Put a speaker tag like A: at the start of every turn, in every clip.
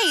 A: Hey,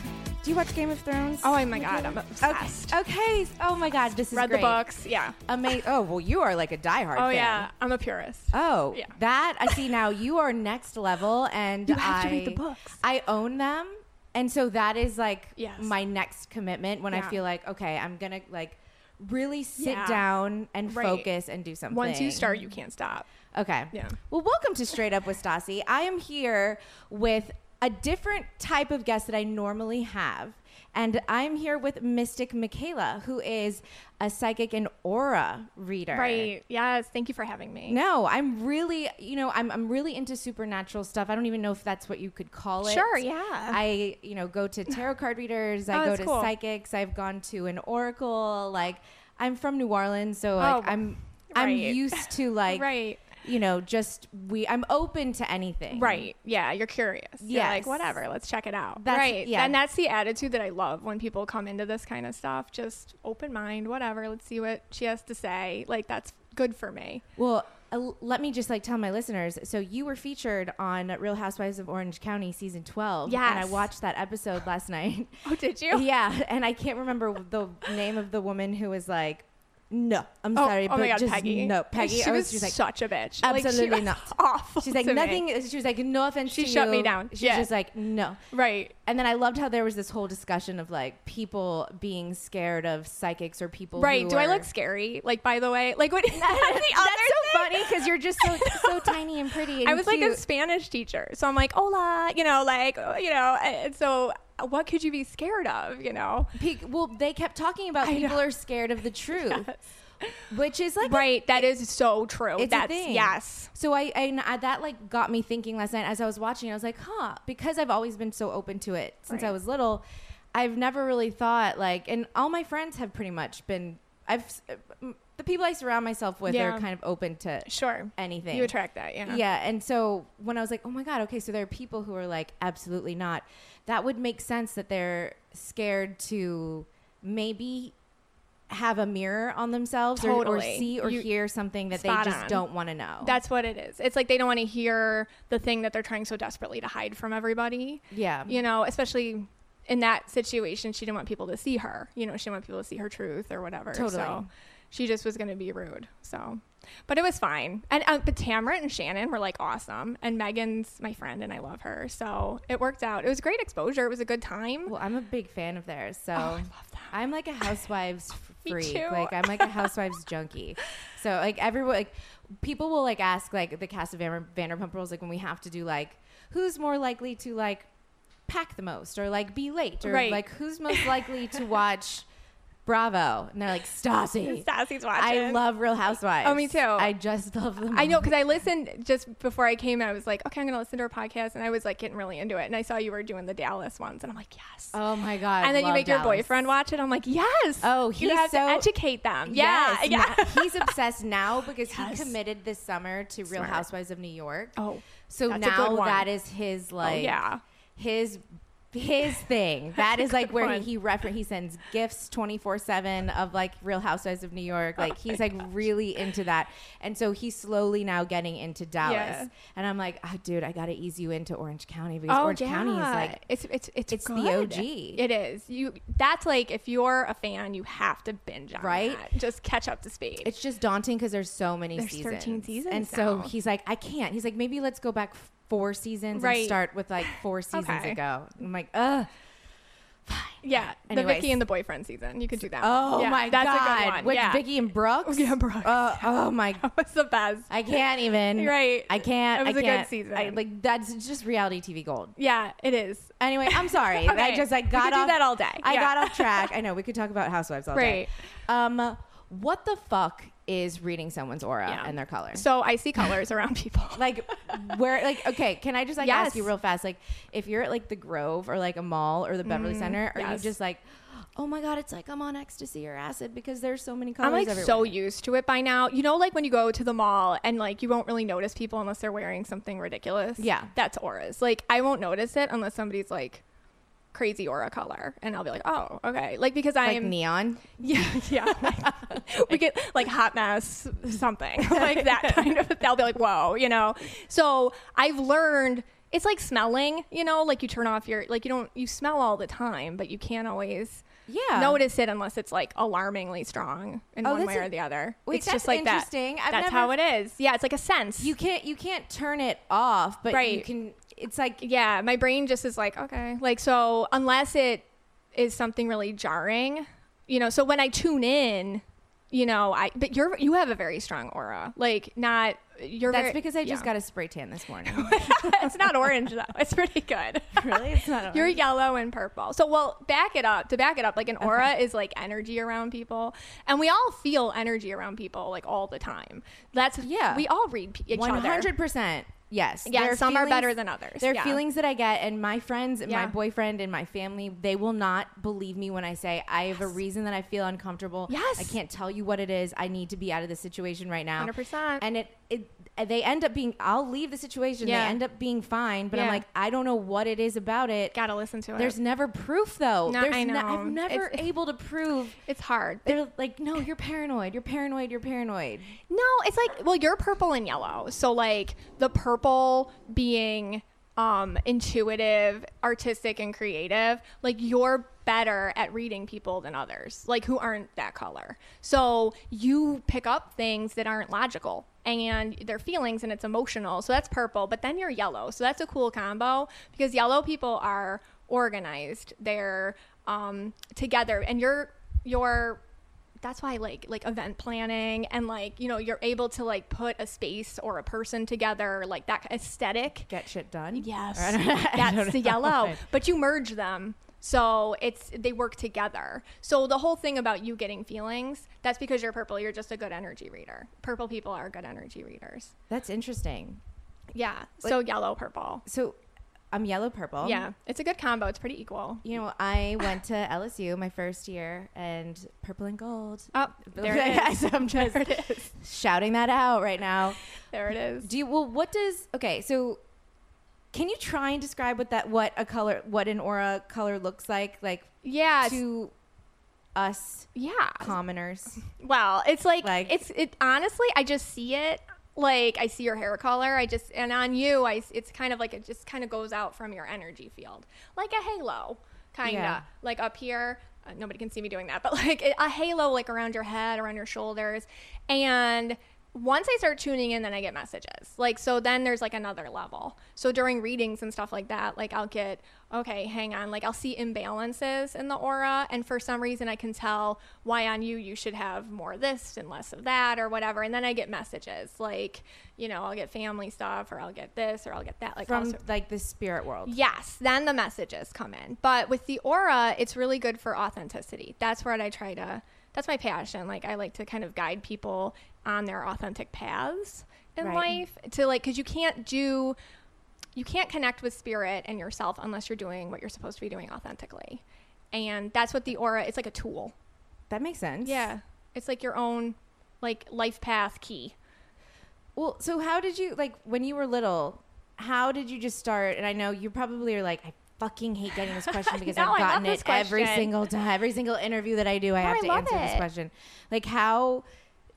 B: Do you watch Game of Thrones?
C: Oh my god, I'm obsessed.
B: Okay. okay. Oh my God, this is
C: Read
B: great.
C: the books, yeah.
B: Ama- oh well, you are like a diehard.
C: Oh
B: fan.
C: yeah, I'm a purist.
B: Oh,
C: Yeah.
B: that I see now. You are next level, and
C: You have
B: I
C: to read the books.
B: I own them, and so that is like
C: Yes.
B: my next commitment when I
C: Yeah.
B: feel like okay, I'm gonna like really sit
C: Yeah.
B: down and
C: Right.
B: focus and do something.
C: Once you start, you can't stop.
B: Okay.
C: Yeah.
B: Well, welcome to Straight Up with Stassi. I am here with a different type of guest that I normally have. And I'm here with Mystic Michaela, who is a psychic and aura reader.
C: Right. Yes. Thank you for having me.
B: No, I'm really, you know, I'm, I'm really into supernatural stuff. I don't even know if that's what you could call it.
C: Sure, yeah.
B: I, you know, go to tarot card readers, I
C: Oh,
B: go
C: that's
B: to
C: cool.
B: psychics, I've gone to an oracle. Like, I'm from New Orleans, so like,
C: Oh,
B: I'm. I'm
C: right.
B: used to like
C: Right.
B: you know, just we I'm open to anything.
C: Right. Yeah. You're curious. Yeah.
B: Yes.
C: Like whatever. Let's check it out.
B: That's-
C: right.
B: yeah.
C: And that's the attitude that I love when people come into this kind of stuff. Just open mind. Whatever. Let's see what she has to say. Like that's good for me.
B: Well, uh, l- let me just like tell my listeners. So you were featured on Real Housewives of Orange County season 12 and I
C: Yes.
B: watched that episode last night.
C: Oh, did you?
B: yeah, and I can't remember the name of the woman who was like no, I'm
C: Oh,
B: sorry,
C: oh
B: but
C: my god,
B: just
C: Peggy.
B: no, Peggy.
C: She
B: I
C: was,
B: just like,
C: such a bitch. Like, she
B: absolutely
C: was
B: not.
C: Awful.
B: She's like
C: to me.
B: nothing. She was like, no offense.
C: She
B: to
C: shut me
B: you."
C: down.
B: She's
C: Yeah.
B: just like, no.
C: Right.
B: And then I loved how there was this whole discussion of like people being scared of psychics or people.
C: Right.
B: who
C: Do I
B: are-
C: look scary? Like, by the way, like what? that's the
B: That's
C: other
B: so
C: thing.
B: funny because you're just so so tiny and pretty. And
C: I was like a
B: cute.
C: Spanish teacher, so I'm like, "Hola," you know, like, uh, you know, and so uh, what could you be scared of, you know?
B: Pe- well, they kept talking about
C: I
B: people
C: know.
B: are scared of the truth, which is like a-
C: Right, that is so true.
B: it's
C: That's
B: a thing.
C: yes.
B: So I, and I that like got me thinking last night as I was watching. I was like, huh, because I've always been so open to it since I
C: Right.
B: was little. I've never really thought like, and all my friends have pretty much been. I've s- m- the people I surround myself with
C: Yeah.
B: are kind of open to
C: Sure.
B: anything.
C: You attract that, yeah.
B: Yeah. And so when I was like, oh my God, okay, so there are people who are like, absolutely not. That would make sense that they're scared to maybe have a mirror on themselves or- or,
C: Totally.
B: see or
C: You-
B: hear something that they
C: spot
B: just
C: on.
B: don't want to know.
C: That's what it is. It's like they don't want to hear the thing that they're trying so desperately to hide from everybody.
B: Yeah.
C: You know, especially in that situation, she didn't want people to see her. You know, she didn't want people to see her truth or whatever.
B: Totally.
C: So she just was going to be rude. So, but it was fine. And uh, but Tamara and Shannon were like awesome. And Megan's my friend and I love her. So it worked out. It was great exposure. It was a good time.
B: well, I'm a big fan of theirs. So
C: Oh, I love them.
B: I'm like a housewives f-
C: Me
B: freak.
C: too.
B: Like I'm like a housewives junkie. So like everyone, like people will like ask like the cast of Vander- Vanderpump Rules, like when we have to do like who's more likely to like pack the most or like be late or
C: Right.
B: like who's most likely to watch Bravo, and they're like Stassi.
C: Stassi's watching.
B: I love Real Housewives.
C: Oh, me too.
B: I just love them.
C: I know because I listened just before I came. I was like, okay, I'm gonna listen to her podcast, and I was like getting really into it. And I saw you were doing the Dallas ones, and I'm like, yes.
B: Oh my god!
C: and then you
B: love
C: make your
B: Dallas.
C: boyfriend watch it. I'm like, yes.
B: Oh,
C: you
B: he's
C: have
B: so-
C: to educate them. Yeah,
B: Yes,
C: yeah.
B: now- he's obsessed now because
C: Yes.
B: he committed this summer to Real
C: Smart.
B: Housewives of New York.
C: Oh,
B: so
C: that's a
B: now
C: good one. Oh,
B: that is his like,
C: yeah.
B: his his thing. That is like where
C: one.
B: he, he refer he sends gifts 24/7 of like Real Housewives of New York. Like he's like really into that. And so he's slowly now getting into Dallas.
C: Yeah. Oh,
B: And I'm like, "Oh dude, I got to ease you into Orange County because Orange County is like
C: it's it's it's,
B: it's the
C: good.
B: OG.
C: It is. You that's like if you're a fan, you have to binge on
B: Right?
C: that. Just catch up to speed.
B: it's just daunting because there's so many
C: There's
B: seasons.
C: 13 seasons
B: And so
C: now.
B: he's like, I can't. He's like, maybe let's go back f- four seasons and
C: Right.
B: start with like four seasons
C: Okay.
B: ago. I'm like, ugh.
C: yeah, the
B: Anyways.
C: Vicky and the boyfriend season. You could do that. one.
B: Oh
C: Yeah,
B: my
C: that's
B: god.
C: a good one.
B: With
C: yeah.
B: Vicky and Brooks.
C: Yeah, Brooks.
B: Uh, oh my
C: was the best.
B: I can't even.
C: Right.
B: I can't.
C: It was
B: I
C: a good
B: can't.
C: season.
B: I, like that's just reality TV gold.
C: yeah, it is.
B: Anyway, I'm sorry. I
C: Okay.
B: just I
C: We
B: got
C: could do
B: off
C: that all day.
B: I
C: Yeah.
B: got off track. I know we could talk about housewives all day.
C: Right.
B: Um, what the fuck is reading someone's aura
C: Yeah.
B: and their color?
C: So I see colors around people.
B: like where like okay can i just like ask
C: Yes.
B: you real fast like if you're at like the grove or like a mall or the beverly center are
C: Mm-hmm. yes.
B: you just like oh my god it's like i'm on ecstasy or acid because there's so many colors
C: I'm like
B: everywhere.
C: so used to it by now. You know, like when you go to the mall and like you won't really notice people unless they're wearing something ridiculous.
B: Yeah.
C: That's auras. Like I won't notice it unless somebody's like crazy aura color and I'll be like, oh, okay. Like because I
B: like
C: am
B: neon
C: Yeah, yeah. we get like hot mess something like that kind of. They'll be like, whoa, you know. So I've learned it's like smelling, you know, like you turn off your like you don't you smell all the time, but you can't always
B: Yeah.
C: notice it unless it's like alarmingly strong in
B: Oh,
C: one
B: that's
C: way
B: a-
C: or the other.
B: Wait,
C: it's
B: that's
C: just like
B: interesting.
C: that.
B: I've
C: that's
B: never-
C: how it is. Yeah, it's like a sense.
B: you can't you can't turn it off but you
C: Right.
B: can it's like
C: yeah, my brain just is like, okay. Like, so unless it is something really jarring, you know, so when I tune in, you know, I, but you're, you have a very strong aura. Like, not, you're,
B: that's
C: very-
B: because i just
C: yeah.
B: got a spray tan this morning
C: it's not orange though. It's pretty good.
B: really it's not
C: You're yellow and purple. So, well, back it up. To back it up, like an aura is like energy around people, and we all feel energy around people like all the time. That's
B: Yeah.
C: We all read p- each
B: One
C: other.
B: hundred percent. Yes.
C: Yeah,
B: There are
C: some are better than others.
B: There are
C: Yeah.
B: feelings that I get, and my friends, and my
C: Yeah.
B: boyfriend, and my family, they will not believe me when I say I have a reason that I feel uncomfortable.
C: Yes.
B: I can't tell you what it is. I need to be out of this situation right now.
C: 100%.
B: And it, it, they end up being. I'll leave the situation.
C: Yeah.
B: They end up being fine, but I'm
C: Yeah.
B: like, I don't know what it is about it.
C: Gotta listen to it.
B: There's never proof though.
C: No,
B: There's
C: I
B: ne-
C: know.
B: I'm never
C: It's-
B: able to prove.
C: it's hard.
B: They're like, no, you're paranoid. You're paranoid. You're paranoid.
C: No, it's like well, you're purple and yellow. So like the purple being um intuitive, artistic and creative, like you're better at reading people than others, like who aren't that color. So you pick up things that aren't logical and their feelings and it's emotional. So that's purple, but then you're yellow. So that's a cool combo because yellow people are organized. They're um together and you're you're that's why like like event planning and like you know you're able to like put a space or a person together like that aesthetic
B: Get shit done.
C: yes
B: I don't- I
C: that's
B: don't
C: the
B: know.
C: yellow but you merge them so it's they work together so the whole thing about you getting feelings that's because you're purple you're just a good energy reader purple people are good energy readers
B: That's interesting.
C: yeah so yellow purple
B: So I'm yellow purple.
C: yeah it's a good combo it's pretty equal
B: You know, I went to LSU my first year and purple and gold.
C: oh there it is
B: So I'm just shouting that out right now.
C: there it is
B: Do you well what does okay, so can you try and describe what that what a color what an aura color looks like like
C: yeah it's-
B: to us
C: yeah
B: commoners?
C: Well, it's like,
B: Like-
C: it's it honestly I just see it like I see your hair color. I just and on you I s- it's kind of like it just kind of goes out from your energy field. Like a halo kind of.
B: Yeah.
C: Like up here, uh, nobody can see me doing that, but like a halo like around your head, around your shoulders. And once I start tuning in, then I get messages. Like so then there's like another level. So during readings and stuff like that, like I'll get okay, hang on, like I'll see imbalances in the aura and for some reason I can tell why on you you should have more of this and less of that or whatever. And then I get messages like, you know, I'll get family stuff or I'll get this or I'll get that like all
B: From
C: sor-
B: like the spirit world.
C: Yes, then the messages come in. But with the aura, it's really good for authenticity. That's what I try to, that's my passion. Like, I like to kind of guide people on their authentic paths in
B: Right.
C: life to like, because you can't do, you can't connect with spirit and yourself unless you're doing what you're supposed to be doing authentically. And that's what the aura, it's like a tool.
B: That makes sense.
C: Yeah. It's like your own, like, life path key.
B: Well, so how did you like when you were little? How did you just start? And I know you probably are like, I fucking hate getting this question because
C: No, I
B: I've
C: love
B: gotten
C: this
B: it every
C: question.
B: single time, every single interview that I do. I have
C: I
B: to
C: love
B: answer this
C: it.
B: question. Like how,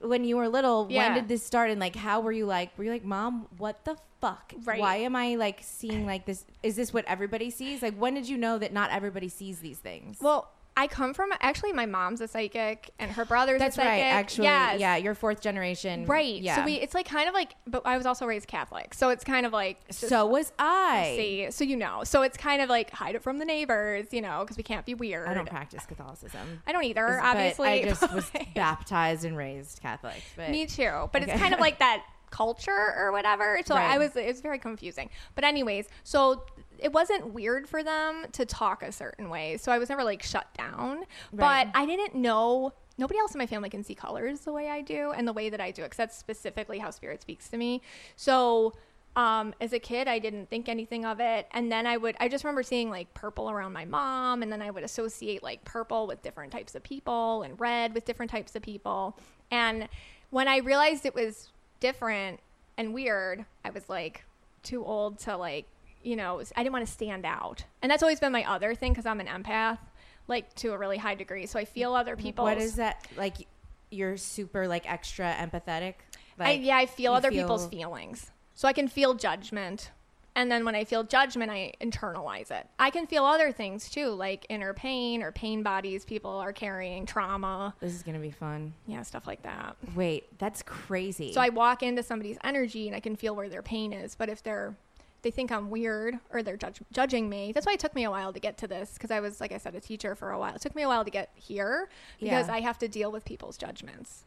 B: when you were little,
C: Yeah.
B: when did this start? And like, how were you like? Were you like, mom, what the fuck?
C: Right.
B: Why am I like seeing like this? Is this what everybody sees? Like, when did you know that not everybody sees these things?
C: Well, I come from actually my mom's a psychic and her brother's
B: that's
C: a psychic.
B: right. Actually,
C: Yes.
B: yeah, you're fourth generation.
C: Right.
B: Yeah.
C: So we it's like kind of like but I was also raised Catholic. So it's kind of like
B: so was I.
C: see so you know. So it's kind of like hide it from the neighbors, you know, because we can't be weird.
B: I don't practice Catholicism.
C: I don't either,
B: But
C: obviously.
B: I just
C: but-
B: was baptized and raised Catholic. But
C: Me too. But
B: Okay.
C: it's kind of like that culture or whatever. So
B: Right.
C: I was it was very confusing. But anyways, so it wasn't weird for them to talk a certain way. So I was never like shut down.
B: Right.
C: But I didn't know nobody else in my family can see colors the way I do and the way that I do it cuz that's specifically how spirit speaks to me. So um, as a kid, I didn't think anything of it. And then I would, I just remember seeing like purple around my mom. And then I would associate like purple with different types of people and red with different types of people. And when I realized it was different and weird, I was like too old to like, you know, I didn't want to stand out. And that's always been my other thing because I'm an empath, like to a really high degree. So I feel other people.
B: What is that like? You're super like extra empathetic. Like,
C: I, yeah, I feel
B: you
C: other people's feelings. So I can feel judgment. And then when I feel judgment, I internalize it. I can feel other things too, like inner pain or pain bodies people are carrying, trauma,
B: This is gonna be fun.
C: yeah, stuff like that.
B: Wait, that's crazy.
C: So I walk into somebody's energy and I can feel where their pain is. But if they're they think I'm weird or they're judge, judging me. That's why it took me a while to get to this because I was, like I said, a teacher for a while. It took me a while to get here because
B: Yeah.
C: I have to deal with people's judgments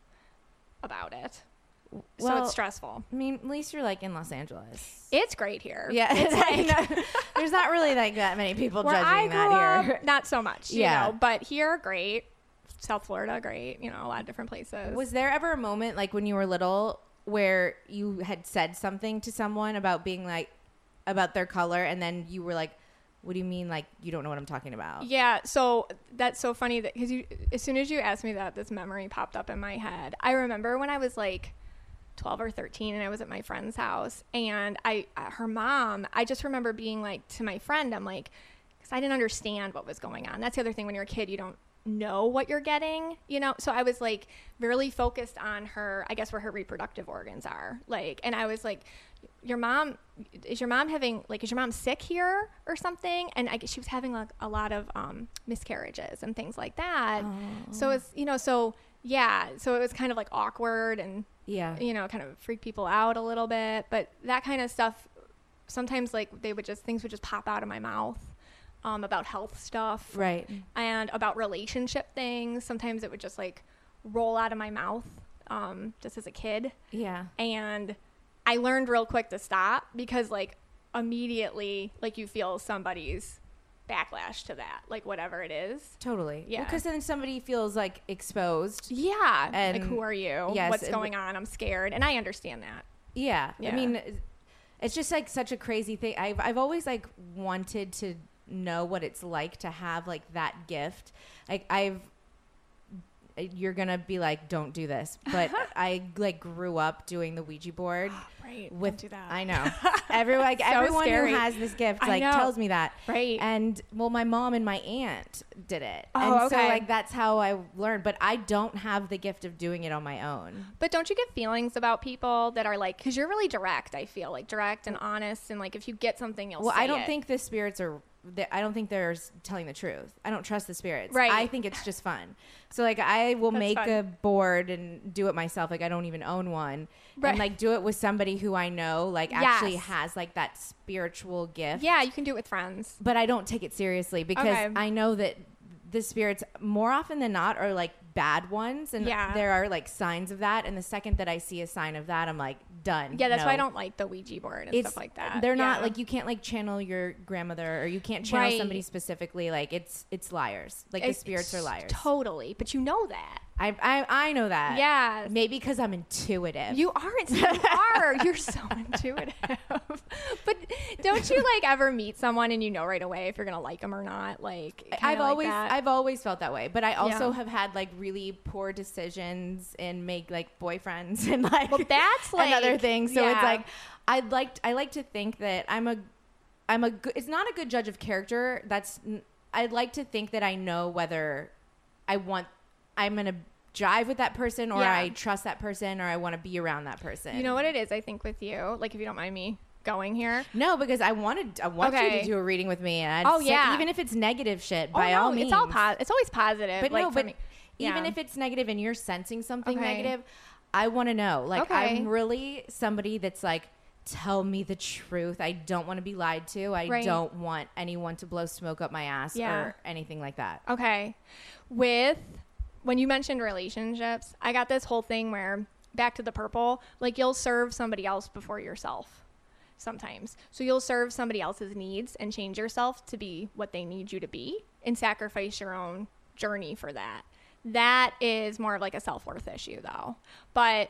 C: about it. so
B: Well,
C: it's stressful.
B: I mean, at least you're like in Los Angeles.
C: It's great here.
B: Yeah,
C: It's like
B: there's not really like that many people
C: where
B: judging
C: I grew
B: that here.
C: up, not so much. You
B: Yeah.
C: know, but here, great. South Florida, great. You know, a lot of different places.
B: Was there ever a moment like when you were little where you had said something to someone about being like about their color, and then you were like, "What do you mean? Like you don't know what I'm talking about?"
C: yeah, so that's so funny that because you, as soon as you asked me that, this memory popped up in my head. I remember when I was like 12 or 13 and I was at my friend's house and I uh, her mom I just remember being like to my friend I'm like cuz I didn't understand what was going on. That's the other thing when you're a kid you don't know what you're getting, you know? So I was like really focused on her, I guess where her reproductive organs are. Like and I was like your mom is your mom having like is your mom sick here or something? And I guess she was having like a lot of um miscarriages and things like that. So it's you know so yeah, so it was kind of like awkward and
B: Yeah.
C: you know, kind of freak people out a little bit. But that kind of stuff, sometimes like they would just, things would just pop out of my mouth um, about health stuff.
B: Right.
C: And about relationship things. Sometimes it would just like roll out of my mouth um, just as a kid.
B: Yeah.
C: And I learned real quick to stop because like immediately, like you feel somebody's backlash to that, like whatever it is.
B: Totally.
C: Yeah.
B: Because then somebody feels like exposed.
C: Yeah.
B: And-
C: like, who are you?
B: yes,
C: What's
B: and-
C: going on? I'm scared. And I understand that.
B: Yeah. I
C: Yeah.
B: mean, it's just like such a crazy thing. I've I've always like wanted to know what it's like to have like that gift. Like I've uh, you're gonna be like, don't do this. But I like grew up doing the Ouija board.
C: Right. Don't
B: With
C: do that.
B: I know. Everyone like, everyone
C: scary.
B: who has this gift
C: I
B: like
C: know.
B: tells me that.
C: Right.
B: And well my mom and my aunt did it.
C: Oh,
B: and so
C: okay.
B: like that's how I learned. But I don't have the gift of doing it on my own.
C: But don't you get feelings about people that are like, because you're really direct, I feel like direct and honest. And like, if you get something, you'll
B: Well,
C: say
B: I don't
C: it.
B: think the spirits are. They, I don't think they're s- telling the truth. I don't trust the spirits.
C: Right.
B: I think it's just fun. So like, I will
C: That's
B: make
C: fun.
B: a board and do it myself. Like, I don't even own one.
C: Right.
B: And like, do it with somebody who I know, like, actually
C: Yes.
B: has like that spiritual gift.
C: Yeah, you can do it with friends.
B: But I don't take it seriously because
C: Okay.
B: I know that the spirits more often than not are like bad ones and
C: Yeah.
B: there are like signs of that and the second that i see a sign of that i'm like done
C: Yeah, that's why I
B: No
C: don't like the Ouija board and stuff like that.
B: uh, they're not
C: Yeah.
B: like you can't like channel your grandmother or you can't channel
C: Right.
B: somebody specifically. Like it's it's liars. Like the
C: It's-
B: spirits are liars.
C: Totally. But you know that.
B: I, I I know that.
C: Yes.
B: Maybe because I'm intuitive.
C: You aren't. You are. You're so intuitive. but don't you like ever meet someone and you know right away if you're gonna like them or not? Like kinda
B: I've
C: like
B: always
C: that?
B: I've always felt that way, but I also
C: Yeah.
B: have had like really poor decisions and make like boyfriends and like
C: Well, that's,
B: another
C: like,
B: thing. So it's
C: yeah.
B: like I'd like I like to think that I'm a I'm a good. It's not a good judge of character. That's n- I'd like to think that I know whether I want. I'm gonna jive with that person, or
C: Yeah.
B: I trust that person, or I want to be around that person.
C: You know what it is, I think, with you? Like, if you don't mind me going here.
B: No, because I wanted. I want you
C: Okay.
B: to do a reading with me. And I'd
C: Oh,
B: say-
C: yeah.
B: even if it's negative shit. By
C: Oh, no,
B: all means,
C: It's, all po- it's always positive.
B: But
C: like,
B: no,
C: for
B: but
C: me.
B: even
C: Yeah.
B: if it's negative and you're sensing something
C: Okay.
B: negative, I want to know. Like
C: Okay.
B: I'm really somebody that's like, tell me the truth. I don't want to be lied to. I
C: Right.
B: don't want anyone to blow smoke up my ass
C: Yeah.
B: or anything like that.
C: Okay. With when you mentioned relationships, I got this whole thing where back to the purple, like you'll serve somebody else before yourself sometimes. So you'll serve somebody else's needs and change yourself to be what they need you to be and sacrifice your own journey for that. That is more of like a self worth issue though. But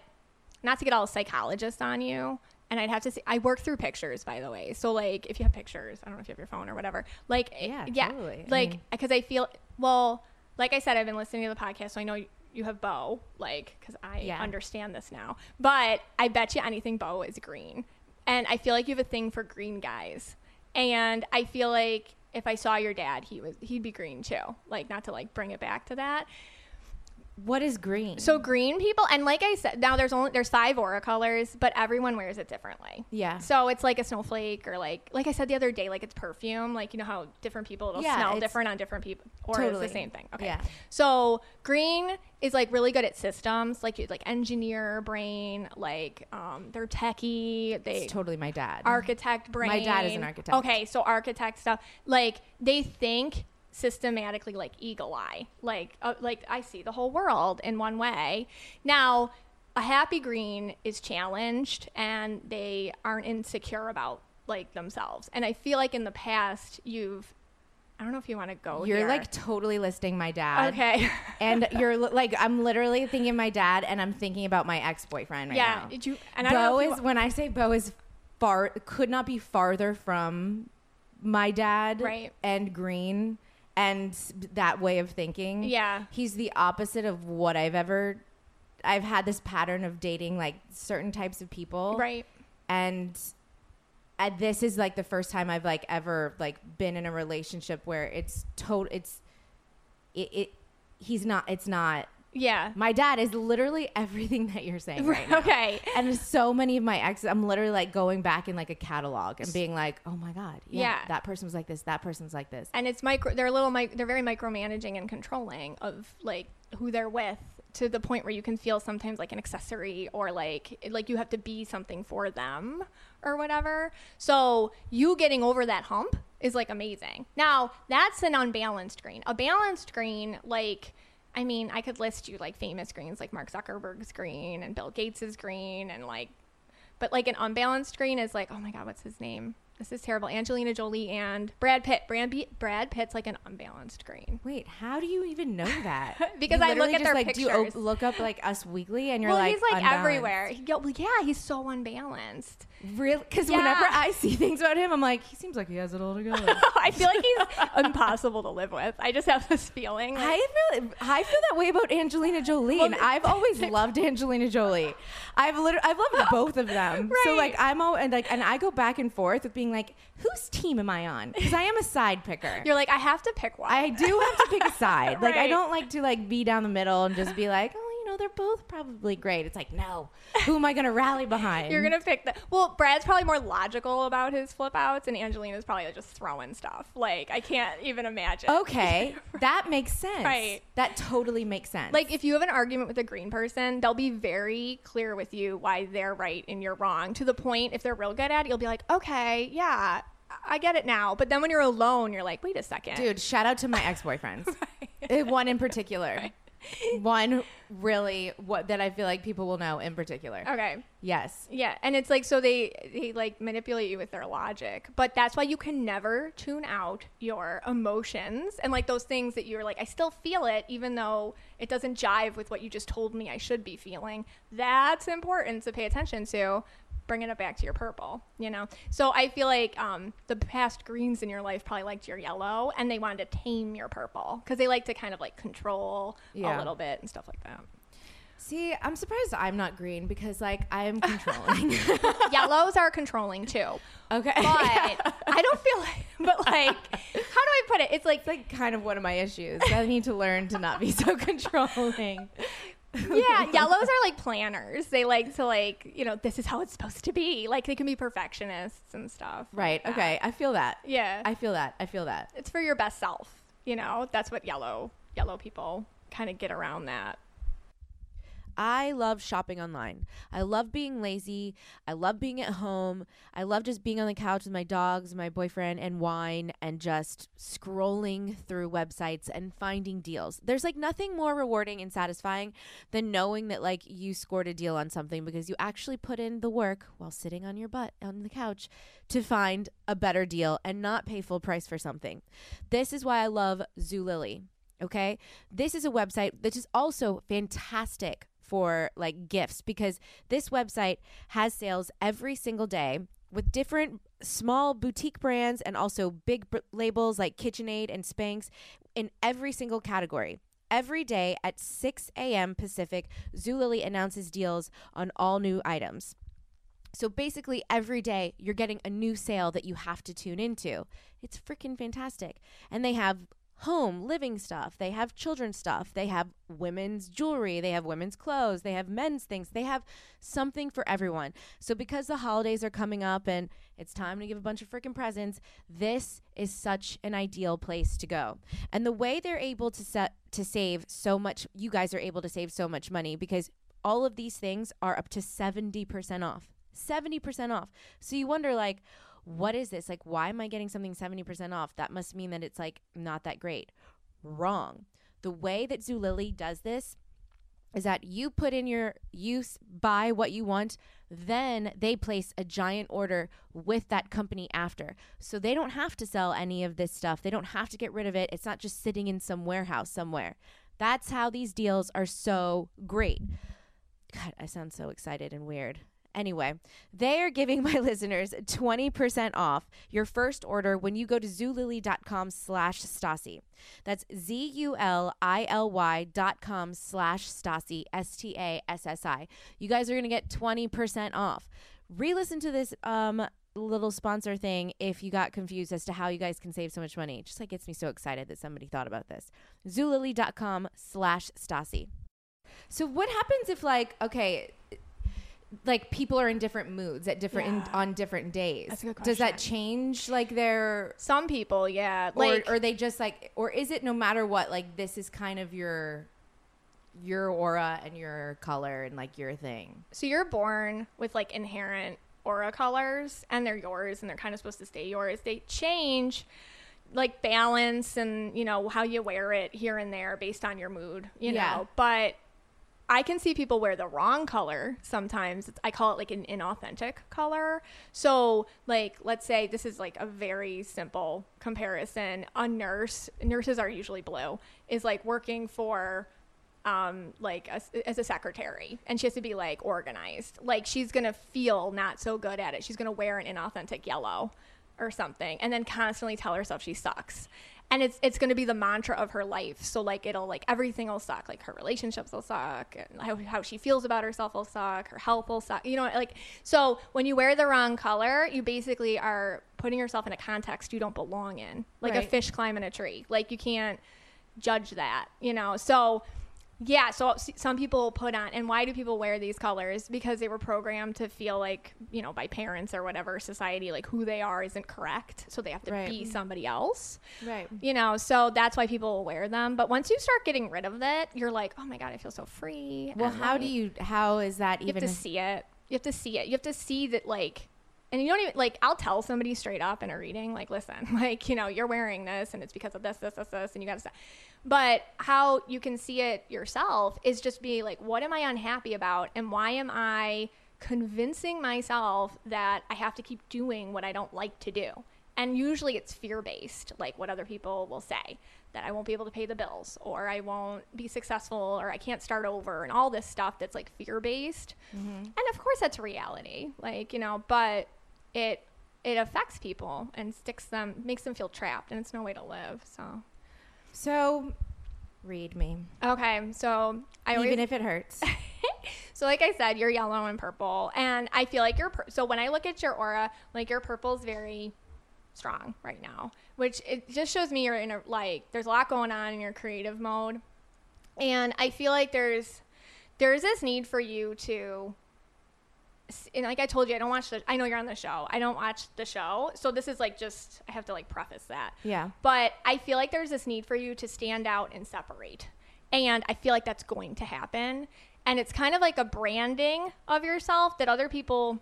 C: not to get all psychologist on you and i'd have to see i work through pictures by the way so like if you have pictures i don't know if you have your phone or whatever like
B: Yeah,
C: yeah,
B: totally. I
C: like
B: mean-
C: because I feel well, like I said, I've been listening to the podcast, so I know y- you have Bo, like because I
B: Yeah.
C: understand this now. But I bet you anything, Bo is green, and I feel like you have a thing for green guys, and I feel like if I saw your dad, he was he'd be green too. Like not to like bring it back to that.
B: What is green?
C: So green people, and like I said, now there's only there's five aura colors, but everyone wears it differently.
B: Yeah.
C: So it's like a snowflake, or like like I said the other day, like it's perfume. Like you know how different people it'll
B: Yeah,
C: smell
B: it's-
C: different on different people, or
B: Totally.
C: it's the same thing. Okay.
B: Yeah.
C: So green is like really good at systems, like you like engineer brain, like um they're techie, they
B: it's totally my dad.
C: architect brain.
B: My dad is an architect.
C: Okay, so architect stuff. Like they think systematically, like eagle eye. Like uh, like I see the whole world in one way. Now, a happy green is challenged, and they aren't insecure about like themselves. And I feel like in the past, you've I don't know if you want to go.
B: You're
C: here.
B: like totally listing my dad.
C: okay.
B: And you're li- like, I'm literally thinking my dad, and I'm thinking about my ex boyfriend right
C: yeah.
B: now.
C: Did you? And I don't
B: Bo
C: know if you-
B: is when I say Bo is far could not be farther from my dad
C: Right.
B: and Green and that way of thinking.
C: Yeah.
B: He's the opposite of what I've ever I've had this pattern of dating like certain types of people.
C: right.
B: And uh, this is like the first time I've like ever like been in a relationship where it's total it's it, it he's not it's not
C: Yeah.
B: my dad is literally everything that you're saying right now
C: okay.
B: and so many of my exes, I'm literally like going back in like a catalog and being like, oh my god, yeah,
C: Yeah.
B: that person was like this, that person's like this.
C: and it's micro they're a little mic- they're very micromanaging and controlling of like who they're with to the point where you can feel sometimes like an accessory or like like you have to be something for them or whatever so you getting over that hump is like amazing now that's an unbalanced green a balanced green like I mean, I could list you like famous greens, like Mark Zuckerberg's green and Bill Gates's green, and like, but like an unbalanced green is like, oh my God, what's his name? This is terrible. Angelina Jolie and Brad Pitt. Brad, P- Brad Pitt's like an unbalanced green.
B: Wait, how do you even know that?
C: Because
B: You
C: I look
B: literally
C: at their
B: like, Do you
C: pictures.
B: look up like Us Weekly and you're
C: well,
B: like,
C: he's like
B: unbalanced.
C: everywhere. He, go- well, yeah, he's so unbalanced.
B: Really? Because
C: Yeah.
B: whenever I see things about him, I'm like, he seems like he has it all together.
C: I feel like he's impossible to live with. I just have this feeling. Like,
B: I really, I feel that way about Angelina Jolie, and I've always loved Angelina Jolie. I've literally, I've loved both of them. So
C: Right.
B: like, I'm all and like, and I go back and forth with being like, whose team am I on? Because I am a side picker.
C: you're like, I have to pick one.
B: I do have to pick a side. Like I
C: Right.
B: don't like to like be down the middle and just be like, oh, you know, they're both probably great. It's like, no, who am I going to rally behind?
C: You're gonna pick the well. Brad's probably more logical about his flip outs, and Angelina's probably just throwing stuff. Like I can't even imagine.
B: Okay, that makes sense.
C: Right.
B: That totally makes sense.
C: Like if you have an argument with a green person, they'll be very clear with you why they're right and you're wrong. To the point, if they're real good at it, you'll be like, okay, yeah, I get it now. But then when you're alone, you're like, wait a second,
B: dude, shout out to my ex-boyfriends. Eh, One in particular. One really what that I feel like people will know in particular.
C: Okay.
B: Yes.
C: Yeah, and it's like so they they like manipulate you with their logic, but that's why you can never tune out your emotions and like those things that you're like I still feel it even though it doesn't jive with what you just told me I should be feeling. That's important to pay attention to, bringing it back to your purple, you know. So I feel like um, the past greens in your life probably liked your yellow and they wanted to tame your purple because they like to kind of like control
B: Yeah.
C: a little bit and stuff like that.
D: See, I'm surprised I'm not green because like I am controlling.
C: Yellows are controlling too.
D: okay.
C: But I don't feel like, but like, how do I put it? It's like,
D: It's like kind of one of my issues. I need to learn to not be so controlling.
C: yeah, yellows are like planners. They like to like, you know, this is how it's supposed to be. Like they can be perfectionists and stuff.
D: Right. Okay. I feel that.
C: Yeah.
D: I feel that. I feel that.
C: it's for your best self. You know, that's what yellow yellow people kind of get around that.
B: I love shopping online. I love being lazy. I love being at home. I love just being on the couch with my dogs, my boyfriend, and wine and just scrolling through websites and finding deals. There's like nothing more rewarding and satisfying than knowing that like you scored a deal on something because you actually put in the work while sitting on your butt on the couch to find a better deal and not pay full price for something. This is why I love Zulily. Okay. This is a website that is also fantastic for like gifts because this website has sales every single day with different small boutique brands and also big br- labels like KitchenAid and Spanx in every single category. Every day at 6 a.m. Pacific, Zulily announces deals on all new items. So basically, every day you're getting a new sale that you have to tune into. It's freaking fantastic. And they have home living stuff, they have children's stuff, they have women's jewelry, they have women's clothes, they have men's things, they have something for everyone. So because the holidays are coming up and it's time to give a bunch of freaking presents, this is such an ideal place to go. And the way they're able to set to save so much, you guys are able to save so much money because all of these things are up to 70% off. 70% off. So you wonder like what is this? Like why am I getting something 70% off? That must mean that it's like not that great. Wrong. The way that Zulily does this is that you put in your you s- buy what you want then they place a giant order with that company after so they don't have to sell any of this stuff they don't have to get rid of it it's not just sitting in some warehouse somewhere that's how these deals are so great God, I sound so excited and weird. Anyway, they are giving my listeners 20% off your first order when you go to zulily.com slash Stasi. That's Z-U-L-I-L-Y dot com slash Stasi, S-T-A-S-S-I. You guys are going to get 20% off. Re-listen to this um, little sponsor thing if you got confused as to how you guys can save so much money. It just like gets me so excited that somebody thought about this. Zulily.com slash Stasi.
D: So what happens if like okay, like people are in different moods at different in, on different days?
C: That's a good
D: Does that
C: question.
D: change like their
C: Some people, yeah,
D: like
C: like
D: or are they just like or is it no matter what like this is kind of your your aura and your color and like your thing.
C: so you're born with like inherent aura colors and they're yours and they're kind of supposed to stay yours. They change like balance and, you know, how you wear it here and there based on your mood, you
D: Yeah.
C: know. But I can see people wear the wrong color sometimes. It's- I call it like an inauthentic color. So, like, let's say this is like a very simple comparison. A nurse, nurses are usually blue, is like working for, um, like a, as a secretary, and she has to be like organized. Like, she's gonna feel not so good at it. She's gonna wear an inauthentic yellow or something and then constantly tell herself she sucks and it's it's going to be the mantra of her life so like it'll like everything will suck like her relationships will suck and how, how she feels about herself will suck her health will suck you know like so when you wear the wrong color you basically are putting yourself in a context you don't belong in like a
D: Right.
C: fish climbing a tree like you can't judge that you know so yeah, so s- some people put on, and why do people wear these colors? Because they were programmed to feel like, you know, by parents or whatever society, like who they are isn't correct. So they have to
D: Right.
C: be somebody else.
D: Right.
C: You know, so that's why people wear them. But once you start getting rid of it, you're like, oh my God, I feel so free.
D: Well,
C: and,
D: how
C: like,
D: do you how is that
C: you have
D: even
C: to see it. You have to see it. You have to see that, like, and you don't even like. I'll tell somebody straight up in a reading, like, listen, like, you know, you're wearing this, and it's because of this, this, this, this, and you got to stop. But how you can see it yourself is just be like, what am I unhappy about, and why am I convincing myself that I have to keep doing what I don't like to do? And usually it's fear based, like what other people will say that I won't be able to pay the bills or I won't be successful or I can't start over and all this stuff that's like fear based. And of course that's reality. Like, you know, but it it affects people and sticks them makes them feel trapped and it's no way to live. So
D: So read me.
C: Okay, so I always
D: even if it hurts.
C: So, like I said, you're yellow and purple, and I feel like you're. Pur- so when I look at your aura, like your purple's very strong right now, which it just shows me you're in a like there's a lot going on in your creative mode, and I feel like there's there's this need for you to and like I told you, I don't watch the. I know you're on the show. I don't watch the show, so this is like just I have to like preface that.
B: Yeah.
C: But I feel like there's this need for you to stand out and separate, and I feel like that's going to happen. And it's kind of like a branding of yourself that other people.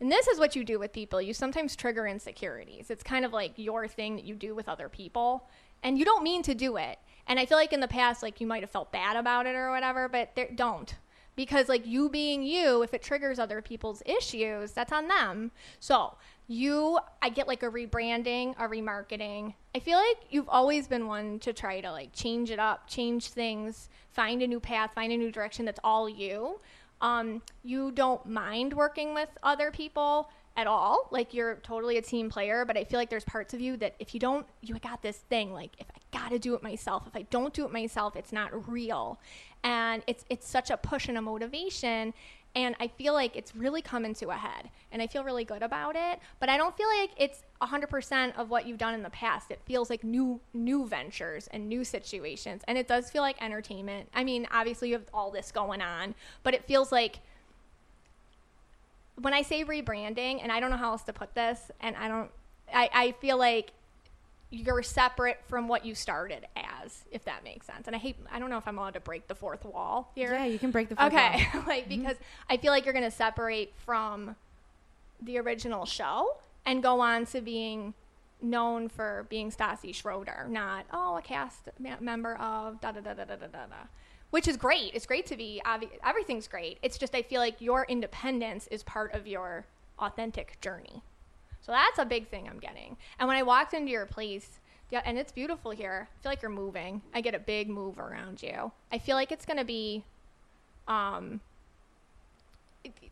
C: And this is what you do with people. You sometimes trigger insecurities. It's kind of like your thing that you do with other people, and you don't mean to do it. And I feel like in the past, like you might have felt bad about it or whatever, but there, don't because like you being you if it triggers other people's issues that's on them so you i get like a rebranding a remarketing i feel like you've always been one to try to like change it up change things find a new path find a new direction that's all you um you don't mind working with other people at all like you're totally a team player but i feel like there's parts of you that if you don't you got this thing like if i gotta do it myself if i don't do it myself it's not real and it's it's such a push and a motivation and i feel like it's really coming to a head and i feel really good about it but i don't feel like it's 100% of what you've done in the past it feels like new new ventures and new situations and it does feel like entertainment i mean obviously you have all this going on but it feels like when I say rebranding, and I don't know how else to put this, and I don't, I, I feel like you're separate from what you started as, if that makes sense. And I hate, I don't know if I'm allowed to break the fourth wall here.
B: Yeah, you can break the fourth wall.
C: Okay, like because I feel like you're gonna separate from the original show and go on to being known for being Stassi Schroeder, not oh a cast me- member of da da da da da da da da. Which is great. It's great to be. Obvi- everything's great. It's just I feel like your independence is part of your authentic journey. So that's a big thing I'm getting. And when I walked into your place, yeah, and it's beautiful here. I feel like you're moving. I get a big move around you. I feel like it's gonna be, um,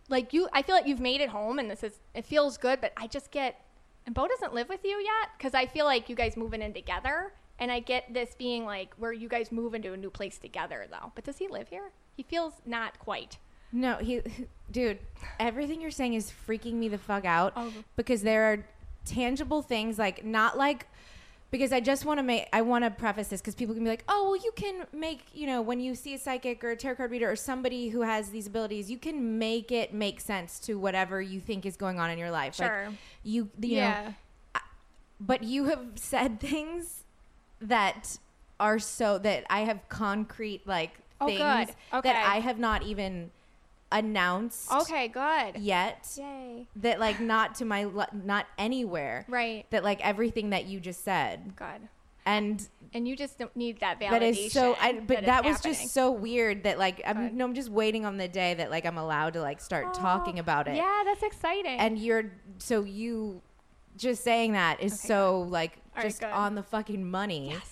C: like you. I feel like you've made it home, and this is it feels good. But I just get, and Bo doesn't live with you yet because I feel like you guys moving in together, and I get this being like where you guys move into a new place together though. But does he live here? He feels not quite.
B: No, he, dude, everything you're saying is freaking me the fuck out because there are tangible things like not like because I just want to make I want to preface this because people can be like, oh, well, you can make you know when you see a psychic or a tarot card reader or somebody who has these abilities, you can make it make sense to whatever you think is going on in your life. Like,
C: Sure.
B: you you know, but you have said things that are so that I have concrete like
C: Oh,
B: things
C: good. Okay.
B: that I have not even announced
C: Okay. Good.
B: yet.
C: Yay.
B: That like not to my le- not anywhere.
C: Right.
B: That like everything that you just said
C: Good.
B: and
C: And you just don't need that validation.
B: that is so. I, but
C: it's
B: that, was
C: happening.
B: just so weird that like
C: Good.
B: I'm no, I'm just waiting on the day that like I'm allowed to like start talking about it.
C: Yeah, that's exciting.
B: And you're so you just saying that is so like
C: All right,
B: just
C: good.
B: on the fucking money. Yes.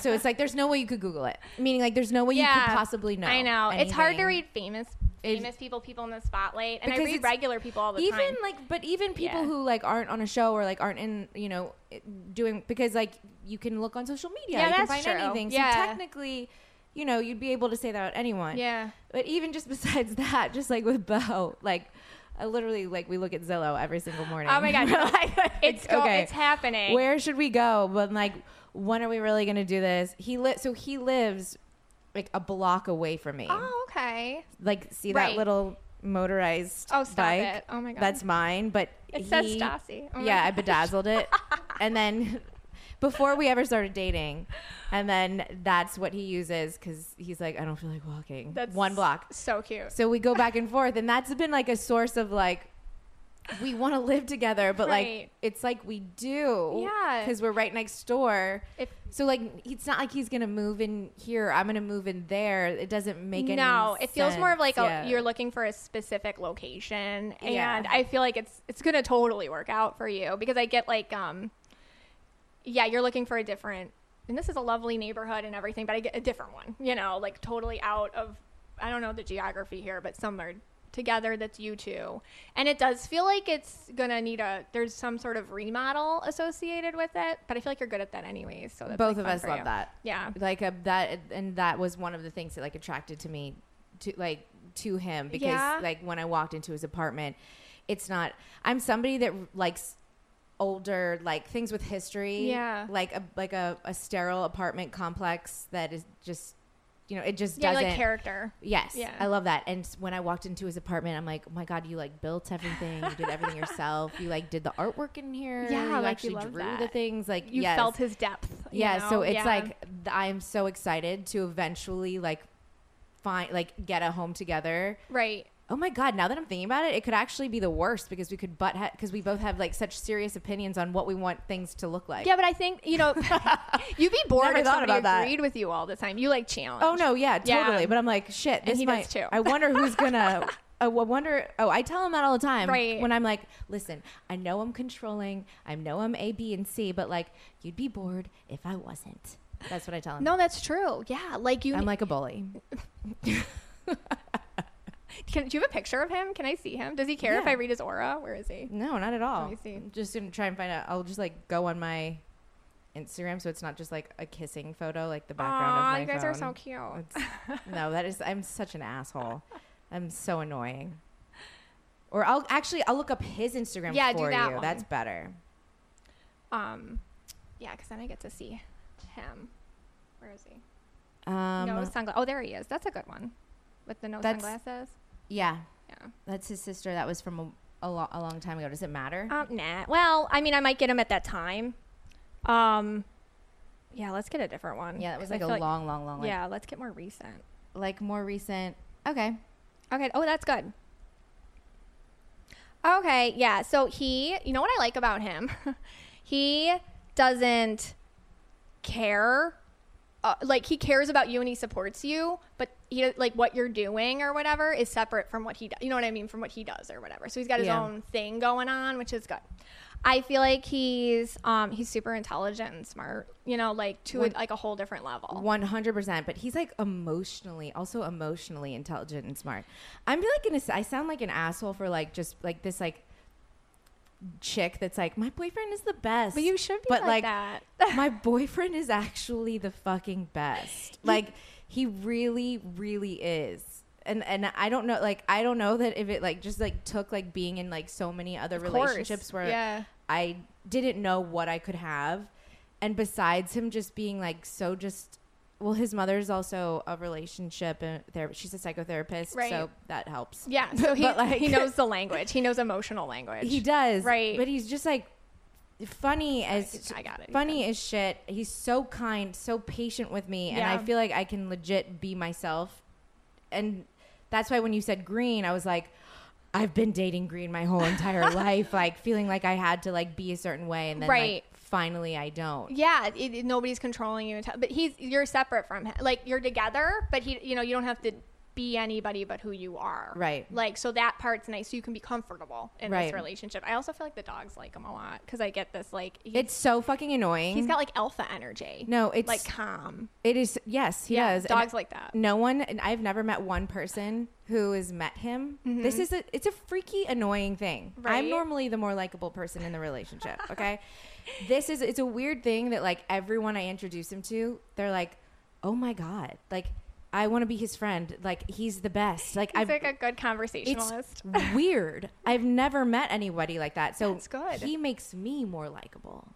B: so it's like there's no way you could Google it. Meaning like there's no way you could possibly know.
C: I know it's hard to
B: anything.
C: read famous famous people, people in the spotlight, and I
B: Because
C: read
B: it's-
C: regular people all the
B: even
C: time.
B: like but even people
C: Yeah.
B: who like aren't on a show or like aren't in you know it- doing because like you can look on social media
C: Yeah,
B: you can
C: that's
B: find
C: true.
B: anything
C: Yeah.
B: so technically you know you'd be able to say that about anyone
C: Yeah.
B: but even just besides that just like with bo like i literally like we look at zillow every single morning
C: Oh my God.
B: We're like,
C: It's go- it's happening.
B: where should we go but like when are we really gonna do this he li- so he lives like a block away from me
C: oh, okay.
B: like see
C: Right.
B: that little motorized
C: Oh, stop
B: bike?
C: it. Oh my God.
B: that's mine but
C: It
B: he,
C: says Stassi. Oh my
B: yeah i
C: gosh.
B: bedazzled it and then before we ever started dating and then that's what he uses because he's like i don't feel like walking
C: That's
B: one block
C: So cute.
B: so we go back and forth and that's been like a source of like we want to live together but
C: Right.
B: like it's like we do
C: Yeah.
B: because we're right next door
C: If-
B: so like it's not like he's gonna move in here i'm gonna move in there it doesn't make any
C: no, it feels more of like
B: sense.
C: a,
B: Yeah.
C: you're looking for a specific location, and
B: Yeah.
C: I feel like it's it's gonna totally work out for you because I get like um, yeah, you're looking for a different, and this is a lovely neighborhood and everything, but I get a different one, you know, like totally out of I don't know the geography here, but somewhere together that's you two, and it does feel like it's gonna need a there's some sort of remodel associated with it, but I feel like you're good at that anyways, so that's
B: both of
C: like, fun
B: us
C: for
B: love
C: you.
B: that
C: Yeah,
B: like uh that and that was one of the things that like attracted to me to like to him because
C: Yeah.
B: like when I walked into his apartment, it's not. I'm somebody that likes older like things with history.
C: Yeah.
B: like a like a, a sterile apartment complex that is just you know it just
C: Yeah, you
B: doesn't
C: like character.
B: Yes,
C: Yeah.
B: I love that. And s- when I walked into his apartment, I'm like, oh my god, you like built everything, you did everything yourself, you like did the artwork in here,
C: Yeah,
B: you
C: like, you
B: actually
C: love
B: drew the
C: that.
B: things, like
C: You
B: yes.
C: felt his depth. you
B: yeah. so
C: know?
B: it's
C: Yeah.
B: like th- I'm so excited to eventually like find like get a home together.
C: right.
B: Oh my god! Now that I'm thinking about it, it could actually be the worst because we could butt because we both have like such serious opinions on what we want things to look like.
C: Yeah, but I think you know you'd be bored
B: Never
C: if
B: thought
C: somebody
B: about that.
C: agreed with you all the time. You like challenge.
B: Oh no, yeah,
C: Yeah.
B: totally. But I'm like, shit, this
C: he does
B: might.
C: too.
B: I wonder who's gonna. I wa- wonder. Oh, I tell him that all the time.
C: Right.
B: When I'm like, listen, I know I'm controlling. I know I'm A, B, and C. But like, you'd be bored if I wasn't. That's what I tell him.
C: No, that's true. Yeah, like you.
B: I'm like a bully.
C: can, do you have a picture of him? Can I see him? Does he care if
B: Yeah.
C: I read his aura? Where is he?
B: No, not at all.
C: me see.
B: I'm just gonna try and find out. I'll just like go on my Instagram, so it's not just like a kissing photo, like the background of
C: Aw,
B: my
C: you guys are so
B: phone.
C: cute.
B: It's- no, that is. I'm such an asshole. I'm so annoying. Or I'll actually I'll look up his Instagram
C: Yeah, do
B: for
C: that
B: you.
C: one.
B: That's better.
C: Um, yeah, because then I get to see him. Where is he?
B: Um,
C: no sunglasses. Oh, there he is. That's a good one, with the no
B: That's-
C: sunglasses.
B: yeah,
C: Yeah.
B: that's his sister. That was from a, a, lo- a long time ago. Does it matter?
C: Um, nah. Well, I mean, I might get him at that time. Um, yeah, let's get a different one.
B: yeah, that was
C: 'cause I
B: like a
C: feel
B: long, long, long. Like,
C: yeah, let's get more recent.
B: like more recent. Okay.
C: Okay. Oh, that's good. Okay. Yeah. So he, you know what I like about him? he doesn't care. Uh, like he cares about you and he supports you, but he like what you're doing or whatever is separate from what he does. You know what I mean? From what he does or whatever. So he's got his
B: Yeah.
C: own thing going on, which is good. I feel like he's um he's super intelligent and smart. You know, like to a, like a whole different level.
B: One hundred percent. But he's like emotionally, also emotionally intelligent and smart. I'm like, an, I sound like an asshole for like just like this like chick that's like my boyfriend is the best.
C: But you should be
B: But like,
C: like that.
B: my boyfriend is actually the fucking best. Like he really, really is. And and I don't know, like I don't know that if it like just like took like being in like so many other
C: course.
B: relationships where
C: Yeah.
B: I didn't know what I could have. And besides him just being like so just well, his mother's also a relationship and ther- she's a psychotherapist,
C: Right.
B: so that helps.
C: Yeah, so he,
B: But, like-
C: he knows the language. He knows emotional language.
B: He does.
C: Right.
B: But he's just like funny as
C: I got it.
B: funny as shit. He's so kind, so patient with me, and I
C: Yeah.
B: feel like I can legit be myself. And that's why when you said green, I was like I've been dating green my whole entire life, like feeling like I had to like be a certain way and then
C: Right.
B: like finally I don't.
C: Yeah, it, it- nobody's controlling you. But he's you're separate from him. Like you're together, but he, you know, you don't have to be anybody but who you are.
B: Right.
C: Like so that part's nice. So you can be comfortable in
B: Right.
C: this relationship. I also feel like the dogs like him a lot because I get this like he,
B: It's so fucking annoying.
C: he's got like alpha energy.
B: No, it's-
C: like calm.
B: it is yes, he
C: Yeah,
B: does. And
C: dogs like that.
B: no one and I've never met one person who has met him. This is a it's a freaky annoying thing. I'm
C: Mm-hmm. Right?
B: normally the more likable person in the relationship, okay? this is it's a weird thing that like everyone I introduce him to, they're like, "Oh my god." Like I want to be his friend. Like he's the best. Like
C: He's
B: I've
C: like a good conversationalist.
B: it's weird. I've never met anybody like that. So
C: That's good.
B: he makes me more likable.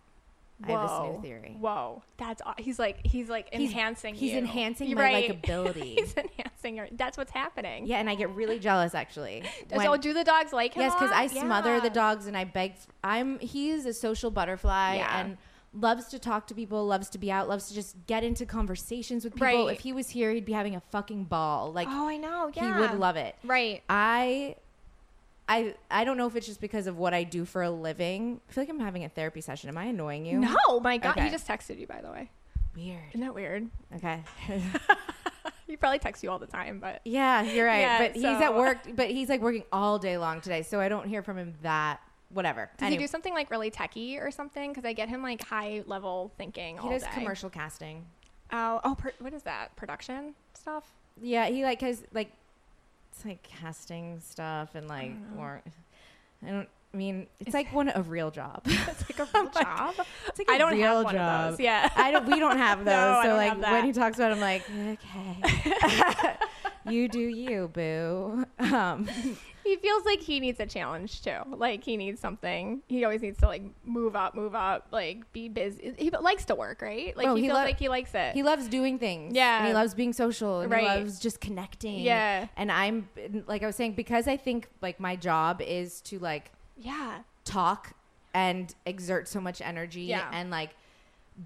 B: I have this
C: Whoa.
B: new theory.
C: Whoa, that's aw- he's like he's like
B: He's-
C: enhancing.
B: he's
C: you.
B: enhancing my likability.
C: he's enhancing your. That's what's happening.
B: Yeah, and I get really jealous actually. when-
C: so do the dogs like him?
B: Yes, because
C: a
B: I
C: lot?
B: smother the
C: Yeah.
B: dogs and I beg. f I'm he is a social butterfly
C: Yeah.
B: and loves to talk to people, loves to be out, loves to just get into conversations with people.
C: Right.
B: If he was here, he'd be having a fucking ball. Like
C: Oh, I know. Yeah,
B: he would love it.
C: Right.
B: I. I, I don't know if it's just because of what I do for a living. I feel like I'm having a therapy session. Am I annoying you?
C: No, my God,
B: Okay.
C: he just texted you. By the way,
B: Weird.
C: isn't that weird?
B: Okay.
C: He probably texts you all the time, but
B: Yeah, you're right.
C: Yeah,
B: but he's at
C: so-
B: work. But he's like working all day long today, so I don't hear from him that. Whatever.
C: does
B: Anyway,
C: he do something like really techie or something? Because I get him like high level thinking.
B: he
C: all
B: does
C: day.
B: commercial casting.
C: Oh, oh, per- what is that? Production stuff.
B: Yeah, he like has like it's like casting stuff and like or I don't I mean, it's like one a real job.
C: It's like a real job.
B: It's like
C: I
B: a
C: don't have
B: real
C: one of
B: job.
C: those, yeah.
B: I don't. We don't have those.
C: No, I
B: so
C: don't
B: like
C: have that.
B: when he talks about, it, I'm like, okay, you do you, boo. Um,
C: he feels like he needs a challenge too. Like he needs something. He always needs to like move up, move up, like be busy. He likes to work, right? Like
B: Oh,
C: he,
B: he
C: feels
B: lo-
C: like he likes it.
B: he loves doing things. and he
C: Yeah.
B: loves being social. And
C: Right.
B: he loves just connecting.
C: Yeah.
B: and I'm like I was saying because I think like my job is to like
C: yeah.
B: talk and exert so much energy
C: Yeah.
B: and like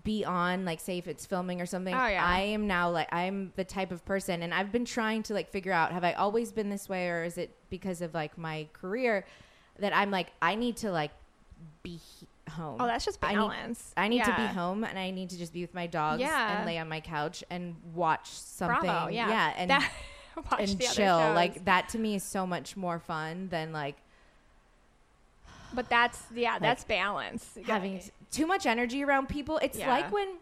B: be on like say if it's filming or something
C: Oh, yeah.
B: i am now like i'm the type of person and i've been trying to like figure out have i always been this way or is it because of like my career that i'm like i need to like be he- home
C: Oh, that's just
B: I need-
C: balance.
B: i need, to
C: Yeah.
B: be home and i need to just be with my dogs
C: Yeah.
B: and lay on my couch and watch something
C: Bravo. Yeah.
B: and
C: That-
B: and
C: watch the other
B: chill
C: shows.
B: like that to me is so much more fun than like
C: But that's yeah, that's balance.
B: having t- too much energy around people. It's
C: Yeah.
B: like when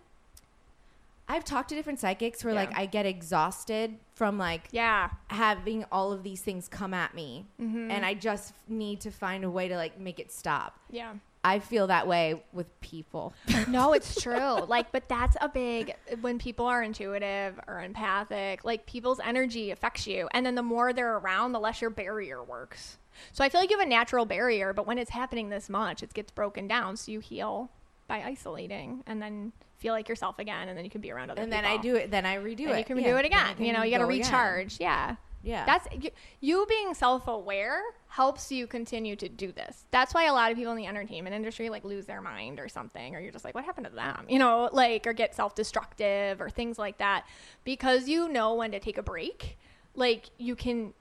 B: I've talked to different psychics where
C: Yeah.
B: like I get exhausted from like
C: yeah.
B: having all of these things come at me
C: Mm-hmm.
B: and I just need to find a way to like make it stop.
C: Yeah.
B: I feel that way with people.
C: No, it's true. like, but that's a big when people are intuitive or empathic, like people's energy affects you. And then the more they're around, the less your barrier works. So I feel like you have a natural barrier, but when it's happening this much, it gets broken down. So you heal by isolating and then feel like yourself again. And then you can be around other
B: and
C: people.
B: then I do it then I redo
C: And
B: it.
C: you can
B: Yeah.
C: do it
B: Then I
C: again. You
B: can
C: know, you got to
B: go again.
C: recharge. Yeah.
B: Yeah.
C: That's you, you being self-aware helps you continue to do this. That's why a lot of people in the entertainment industry like lose their mind or something or you're just like what happened to them? You know, like or get self-destructive or things like that because you know when to take a break. Like you can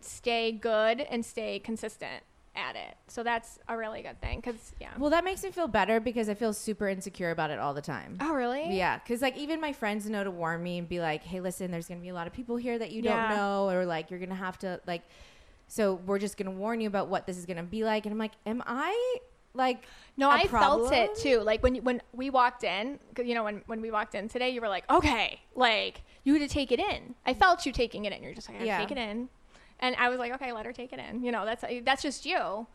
C: stay good and stay consistent at it. So that's a really good thing cuz yeah.
B: Well, that makes me feel better because I feel super insecure about it all the time.
C: oh, really?
B: Yeah, because like even my friends know to warn me and be like, "Hey, listen, there's gonna be a lot of people here that you
C: Yeah.
B: don't know, or like you're gonna have to like." So we're just gonna warn you about what this is gonna be like, and I'm like, "Am I like
C: No,
B: a
C: I felt
B: problem?"
C: it too. Like when when we walked in, 'cause, you know, when when we walked in today, you were like, okay, like you had to take it in. I felt you taking it in. You're just like, I gotta
B: Yeah.
C: take it in, and I was like, okay, let her take it in. You know, that's that's just you.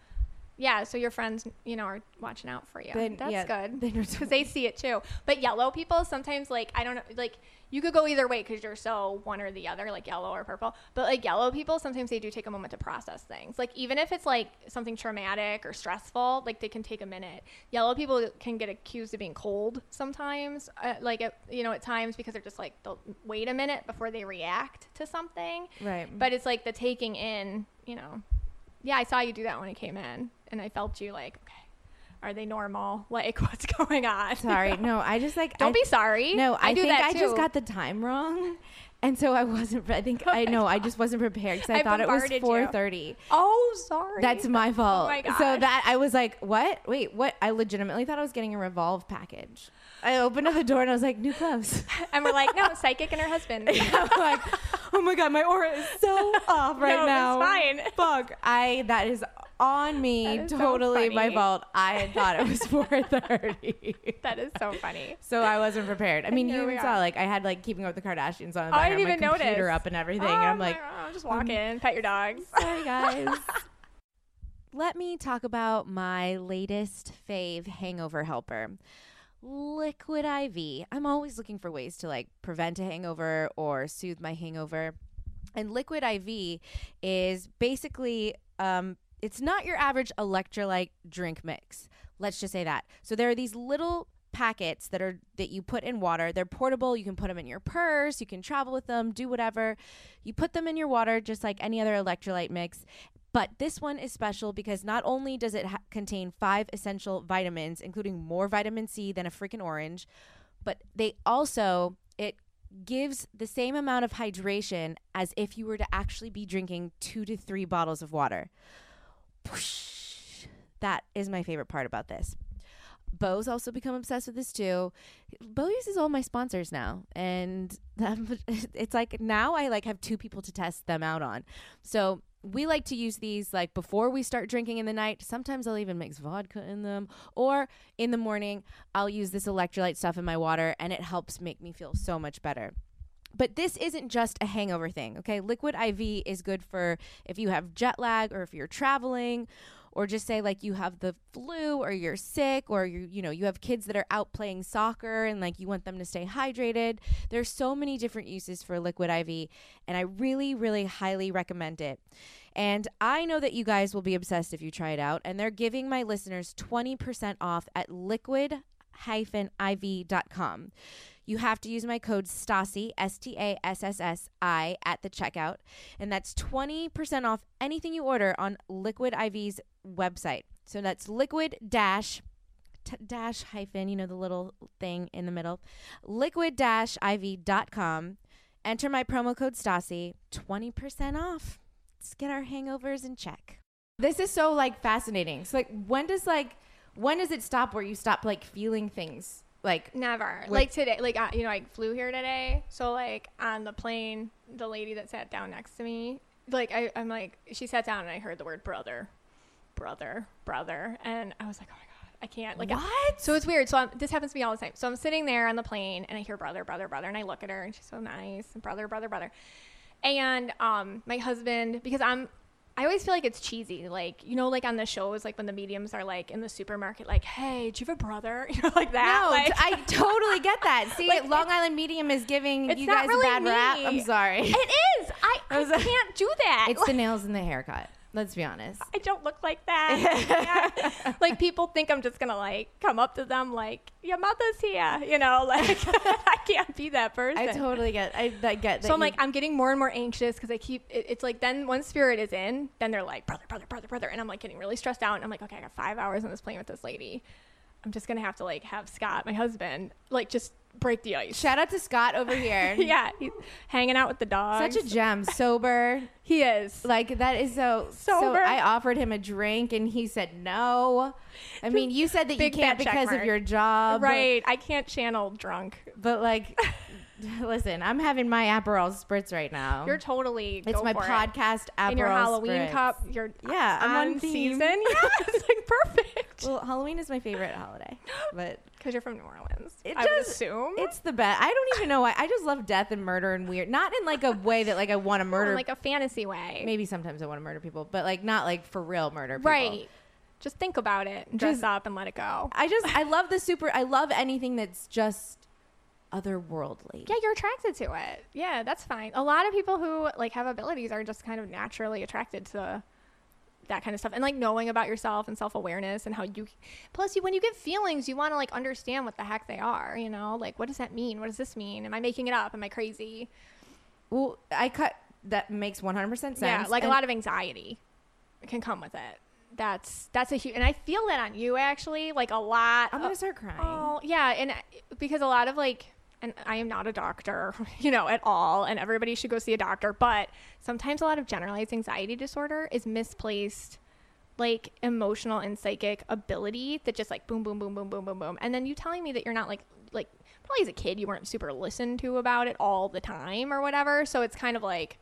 C: Yeah, so your friends, you know, are watching out for you.
B: Then-
C: That's
B: yeah,
C: good
B: then you're-
C: because they see it too. But yellow people sometimes, like, I don't know, like you could go either way because you're so one or the other, like yellow or purple. But like yellow people, sometimes they do take a moment to process things. Like even if it's like something traumatic or stressful, like they can take a minute. Yellow people can get accused of being cold sometimes, uh, like at, you know, at times because they're just like they'll wait a minute before they react to something.
B: Right.
C: But it's like the taking in, you know. Yeah, I saw you do that when I came in, and I felt you like, okay, are they normal? Like, what's going on?
B: Sorry, no, I just like
C: Don't
B: I-
C: be sorry.
B: No,
C: I
B: I,
C: do
B: think
C: that
B: I just
C: too.
B: got the time wrong, and so I wasn't. I think I know I just wasn't prepared because I,
C: Oh I
B: thought it was
C: bombarded you.
B: four thirty.
C: Oh, sorry.
B: That's my fault.
C: Oh my
B: So
C: gosh.
B: that I was like, what? Wait, what? I legitimately thought I was getting a revolve package. I opened up the door and I was like, new gloves.
C: and we're like, no, psychic and her husband.
B: I'm like, oh my god, my aura is so off right
C: No,
B: now.
C: it's fine.
B: Fuck. I that is on me.
C: That is so
B: totally my
C: funny.
B: fault. I thought it was 4:30.
C: that is so funny.
B: So I wasn't prepared. I mean,
C: Here
B: you
C: we
B: even
C: are.
B: saw like I had like Keeping Up with the Kardashians on. in the
C: I didn't
B: background,
C: even
B: my computer
C: notice.
B: up and everything.
C: Oh,
B: and I'm like, um,
C: God, just walk in, pet your dogs.
B: sorry guys.
E: Let me talk about my latest fave hangover helper. Liquid IV. I'm always looking for ways to like prevent a hangover or soothe my hangover. And liquid IV is basically um it's not your average electrolyte drink mix. Let's just say that. So there are these little packets that are that you put in water. They're portable. You can put them in your purse, you can travel with them, do whatever. You put them in your water just like any other electrolyte mix. But this one is special because not only does it ha- contain five essential vitamins, including more vitamin C than a freaking orange, but they also it gives the same amount of hydration as if you were to actually be drinking 2 to 3 bottles of water. Whoosh. That is my favorite part about this. Bo's also become obsessed with this too. Bo uses all my sponsors now, and that- it's like now I like have two people to test them out on. So we like to use these like before we start drinking in the night. Sometimes I'll even mix vodka in them, or in the morning I'll use this electrolyte stuff in my water, and it helps make me feel so much better. But this isn't just a hangover thing, okay? Liquid IV is good for if you have jet lag or if you're traveling or just say like you have the flu or you're sick or you you know you have kids that are out playing soccer and like you want them to stay hydrated there's so many different uses for liquid iv and i really really highly recommend it and i know that you guys will be obsessed if you try it out and they're giving my listeners 20% off at liquid hyphen iv.com. You have to use my code STASI, S T A S S S I, at the checkout. And that's 20% off anything you order on Liquid IV's website. So that's liquid dash t- dash hyphen, you know, the little thing in the middle, liquid dash iv.com. Enter my promo code STASI, 20% off. Let's get our hangovers in check.
B: This is so like fascinating. So like when does like when does it stop where you stop like feeling things? Like
C: Never. like today, like uh, you know, I flew here today. So like on the plane, the lady that sat down next to me, like I, I'm like she sat down and I heard the word brother, brother, brother, and I was like, oh my god, I can't. Like I-
B: What?
C: so it's weird. So I'm, this happens to me all the time. So I'm sitting there on the plane and I hear brother, brother, brother, and I look at her and she's so nice and brother, brother, brother, and um my husband because I'm. I always feel like it's cheesy, like you know, like on the shows, like when the mediums are like in the supermarket, like, "Hey, do you have a brother?" You know, like that.
B: No,
C: like-
B: I totally get that. See,
C: Like,
B: Long Island Medium is giving
C: it's
B: you
C: not
B: guys
C: really
B: a bad rap.
C: me.
B: I'm sorry.
C: It is. I, I can't do that.
B: It's the nails and the haircut. Let's be honest.
C: I don't look like that. Yeah. Like people think I'm just gonna like come up to them like your mother's here, you know? Like I can't be that person.
B: I totally get. I, I get. That
C: so I'm
B: you-
C: like I'm getting more and more anxious because I keep it, it's like then one spirit is in, then they're like brother, brother, brother, brother, and I'm like getting really stressed out. And I'm like, okay, I got five hours on this plane with this lady. I'm just gonna have to like have Scott, my husband, like just break the ice.
B: shout out to Scott over here.
C: yeah, he's hanging out with the dog.
B: Such a gem, sober.
C: he is.
B: Like that is so So
C: Sober.
B: I offered him a drink and he said no. I mean, you said that you
C: Big
B: can't
C: fat check
B: because of
C: mark.
B: your job,
C: right. I can't channel drunk.
B: But like, listen, I'm having my Aperol spritz right now.
C: You're totally.
B: it's
C: go
B: my
C: for it.
B: podcast Aperol
C: In your Halloween
B: spritz.
C: cup, your
B: Yeah, I'm on
C: on,
B: theme.
C: season. Yeah, it's like perfect.
B: Well, Halloween is my favorite holiday, but
C: Because you're from New Orleans,
B: It
C: I would
B: does-
C: assume.
B: it's the best. I don't even know why. I just love death and murder and weird. Not in like a way that like I want to
C: In,
B: murder.
C: like a fantasy way,
B: maybe sometimes I want to murder people, but like not like for real murder. People.
C: right? Just think about it, and dress
B: Just-
C: up, and let it go.
B: I just I love the super. I love anything that's just otherworldly.
C: yeah, you're attracted to it. Yeah, that's fine. A lot of people who like have abilities are just kind of naturally attracted to that kind of stuff and like knowing about yourself and self-awareness and how you plus you when you get feelings you want to like understand what the heck they are you know like what does that mean what does this mean am i making it up am i crazy
B: Well, I cut. That makes 100% sense.
C: Yeah, like
B: And-
C: a lot of anxiety can come with it. That's that's a huge, and I feel that on you actually, like a lot.
B: I'm gonna
C: of-
B: start crying.
C: Oh yeah, and I- because a lot of like, and I am not a doctor, you know, at all, and everybody should go see a doctor. But sometimes a lot of generalized anxiety disorder is misplaced, like emotional and psychic ability that just like boom, boom, boom, boom, boom, boom, boom, and then you telling me that you're not like like probably as a kid you weren't super listened to about it all the time or whatever. So it's kind of like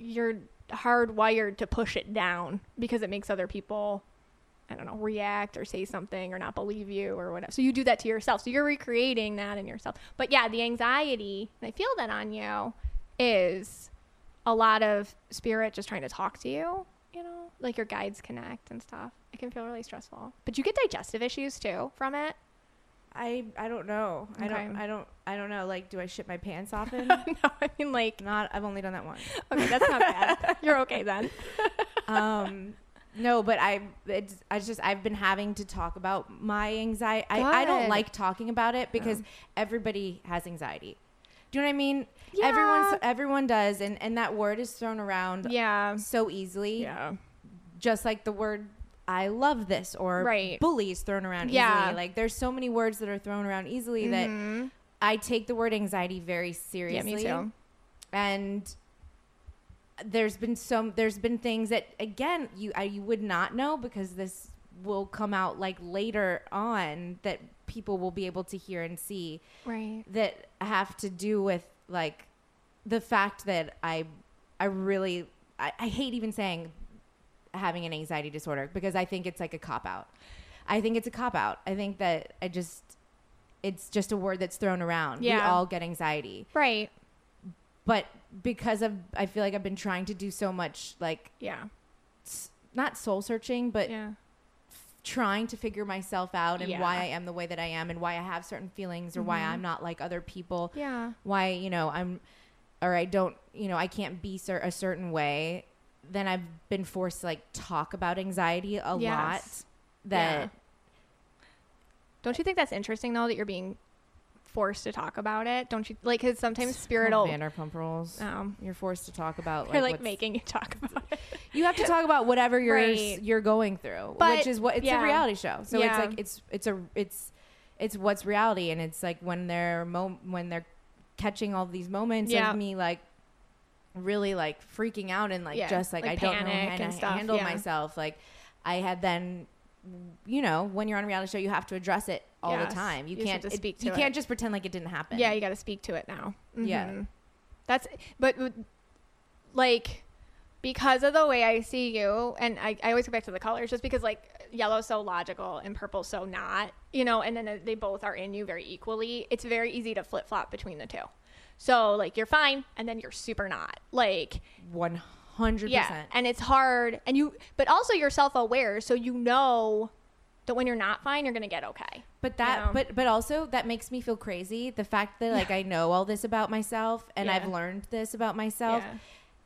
C: you're hardwired to push it down because it makes other people I don't know, react or say something or not believe you or whatever. So you do that to yourself. So you're recreating that in yourself. But yeah, the anxiety, and I feel that on you, is a lot of spirit just trying to talk to you, you know, like your guides connect and stuff. It can feel really stressful. But you get digestive issues too from it.
B: I I don't know. I don't
C: Okay.
B: I don't I don't know. Like, do I shit my pants often?
C: no, I mean, like,
B: Not. I've only done that once.
C: okay, that's not bad. You're okay then.
B: Um, no, but I it's I just I've been having to talk about my anxiety. I, I don't
C: Good. Oh.
B: like talking about it because everybody has anxiety. Do you know what I mean? Everyone's
C: Yeah.
B: everyone does, and and that word is thrown around
C: Yeah.
B: so easily.
C: Yeah.
B: just like the word I love this or
C: Right.
B: bully is thrown around
C: Yeah. Mm-hmm.
B: easily. Like there's so many words that are thrown around easily that I take the word anxiety very seriously.
C: too.
B: And there's been some there's been things that again you I, you would not know because this will come out like later on that people will be able to hear and see
C: Right.
B: that have to do with like the fact that I I really I, I hate even saying having an anxiety disorder because I think it's like a cop out. I think it's a cop out. I think that I just it's just a word that's thrown around. We
C: Yeah.
B: all get anxiety.
C: Right.
B: But because of I feel like I've been trying to do so much like
C: Yeah.
B: s- not soul searching, but
C: Yeah.
B: trying to figure myself out and
C: Yeah. Mm-hmm.
B: why I am the way that I am and why I have certain feelings or why I'm not like other people.
C: Yeah.
B: Why, you know, I'm or I don't, you know, I can't be cer- a certain way. Then I've been forced to like talk about anxiety a
C: Yes.
B: lot that
C: Don't you think that's interesting though that you're being forced to talk about it? Don't you like? Because sometimes spiritual,
B: Vanderpump Rules.
C: um,
B: Uh, You're forced to talk about
C: they're
B: like,
C: like
B: what's-
C: making you talk about it.
B: you have to talk about whatever you're
C: Right.
B: you're going through,
C: But,
B: which is what it's
C: yeah.
B: a reality show. So
C: Yeah.
B: it's like it's it's a it's it's what's reality, and it's like when they're mo- when they're catching all these moments
C: Yeah.
B: of me like really like freaking out and like
C: Yeah,
B: just like,
C: like
B: I don't know
C: panic
B: how
C: and
B: to
C: stuff,
B: handle
C: yeah.
B: myself. Like I had then. You know, when you're on a reality show, you have to address it all
C: Yes.
B: the time. You,
C: You just
B: can't
C: have to
B: it-
C: speak
B: you
C: to it.
B: can't just pretend like it didn't happen.
C: Yeah, you got to speak to it now.
B: Yeah.
C: Mhm. That's but w- like because of the way I see you, and I, I always go back to the colors, just because like yellow's so logical and purple's so not, you know, and then uh, they both are in you very equally. It's very easy to flip flop between the two. So like you're fine, and then you're super not. Like
B: one hundred
C: yeah,
B: percent.
C: and it's hard, and you but also you're self aware, so you know that when you're not fine, you're gonna get okay.
B: But that,
C: Yeah.
B: but but also that makes me feel crazy. The fact that like I know all this about myself and I've
C: Yeah.
B: learned this about myself.
C: Yeah.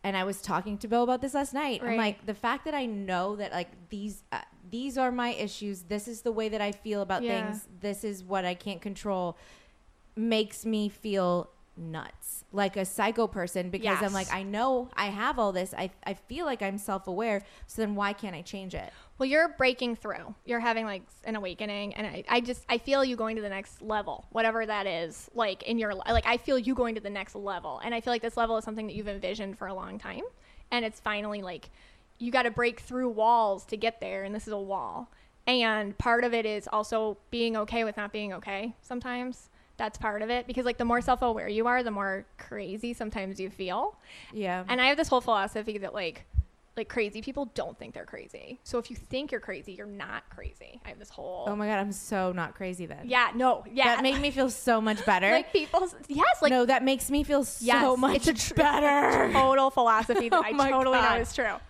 B: And I was talking to Bill about this last night. I'm
C: Right.
B: like the fact that I know that like these uh, these are my issues. This is the way that I feel about
C: Yeah.
B: things. This is what I can't control. Makes me feel nuts like a psycho person because
C: Yes.
B: I'm like I know I have all this. I I feel like I'm self aware. So then why can't I change it?
C: Well, you're breaking through. You're having like an awakening, and I, I just I feel you going to the next level, whatever that is. Like in your li- like, I feel you going to the next level, and I feel like this level is something that you've envisioned for a long time, and it's finally like you got to break through walls to get there, and this is a wall. And part of it is also being okay with not being okay sometimes. That's part of it because like the more self-aware you are, the more crazy sometimes you feel.
B: Yeah.
C: And I have this whole philosophy that like like crazy people don't think they're crazy. So if you think you're crazy, you're not crazy. I have this whole
B: oh my god, I'm so not crazy then.
C: Yeah, no. Yeah.
B: That made me feel so much better.
C: like people's yes, like
B: no, that makes me feel
C: yes,
B: so much
C: it's a tr-
B: better.
C: total philosophy that
B: Oh
C: I
B: my
C: totally
B: God.
C: know is true.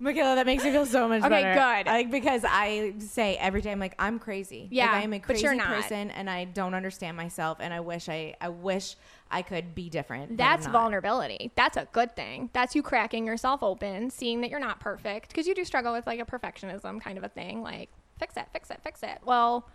B: Michaela, that makes me feel so much
C: Okay,
B: better.
C: good.
B: Like because I say every day, I'm like, I'm crazy.
C: Yeah,
B: like, I am a
C: but
B: crazy
C: you're not.
B: person, and I don't understand myself, and I wish I, I wish I could be different. but
C: That's
B: I'm not.
C: vulnerability. That's a good thing. That's you cracking yourself open, seeing that you're not perfect because you do struggle with like a perfectionism kind of a thing, like fix it, fix it, fix it. Well,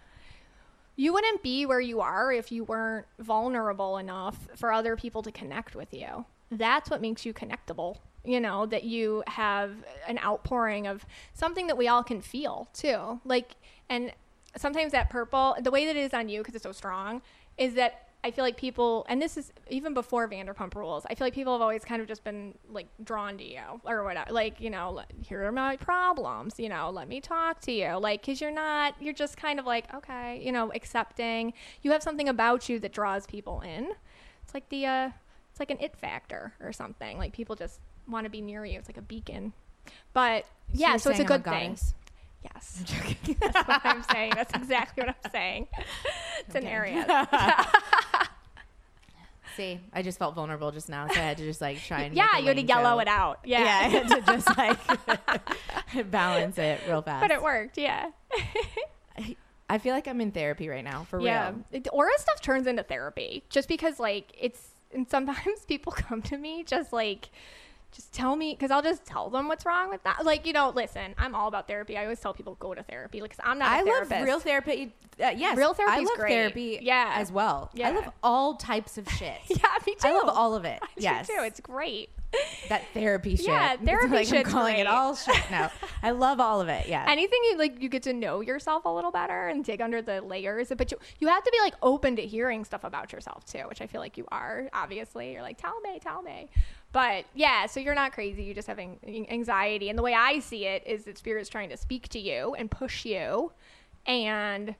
C: you wouldn't be where you are if you weren't vulnerable enough for other people to connect with you. That's what makes you connectable. You know, that you have an outpouring of something that we all can feel too. Like, and sometimes that purple, the way that it is on you, because it's so strong, is that I feel like people, and this is even before Vanderpump Rules, I feel like people have always kind of just been like drawn to you or whatever. Like, you know, let- here are my problems, you know, let me talk to you. Like, cause you're not, you're just kind of like, okay, you know, accepting. You have something about you that draws people in. It's like the, uh, it's like an it factor or something. Like, people just want to be near you. It's like a beacon. But yeah,
B: you're
C: so it's a
B: saying I'm
C: good thing.
B: goddess?
C: Yes. That's what I'm saying. That's exactly what I'm saying. It's an area.
B: See, I just felt vulnerable just now, so I had to just like try and
C: Yeah,
B: make a
C: you had to
B: lame
C: yellow
B: joke.
C: it out. Yeah.
B: Yeah, I had to just like balance it real fast.
C: but it worked. Yeah.
B: I feel like I'm in therapy right now, for
C: Yeah.
B: real.
C: It- Aura stuff turns into therapy just because, like, it's, and sometimes people come to me just like, just tell me, because I'll just tell them what's wrong with that. Like, you know, listen, I'm all about therapy. I always tell people go to therapy because I'm not a
B: I love
C: therapist.
B: real therapy. Uh, yes,
C: Real therapy's
B: I love
C: great.
B: therapy.
C: Yeah.
B: as well. I
C: Yeah.
B: love all types of shit.
C: Yeah, me too.
B: I love all of it.
C: I do
B: yes,
C: too. It's great.
B: that therapy shit.
C: Yeah,
B: It's
C: therapy
B: like I'm
C: shit's
B: calling
C: great.
B: it all shit now. I love all of it. Yeah,
C: anything you like you get to know yourself a little better and dig under the layers but you, you have to be like open to hearing stuff about yourself too which i feel like you are obviously you're like tell me tell me but yeah so you're not crazy you just have an- anxiety and the way i see it is that spirit's trying to speak to you and push you and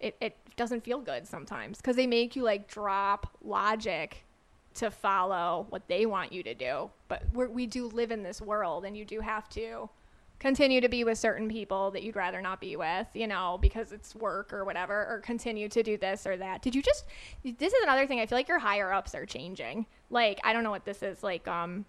C: it, it doesn't feel good sometimes because they make you like drop logic to follow what they want you to do. But we're, we do live in this world, and you do have to continue to be with certain people that you'd rather not be with, you know, because it's work or whatever, or continue to do this or that. Did you just? This is another thing. I feel like your higher ups are changing. Like I don't know what this is. Like um,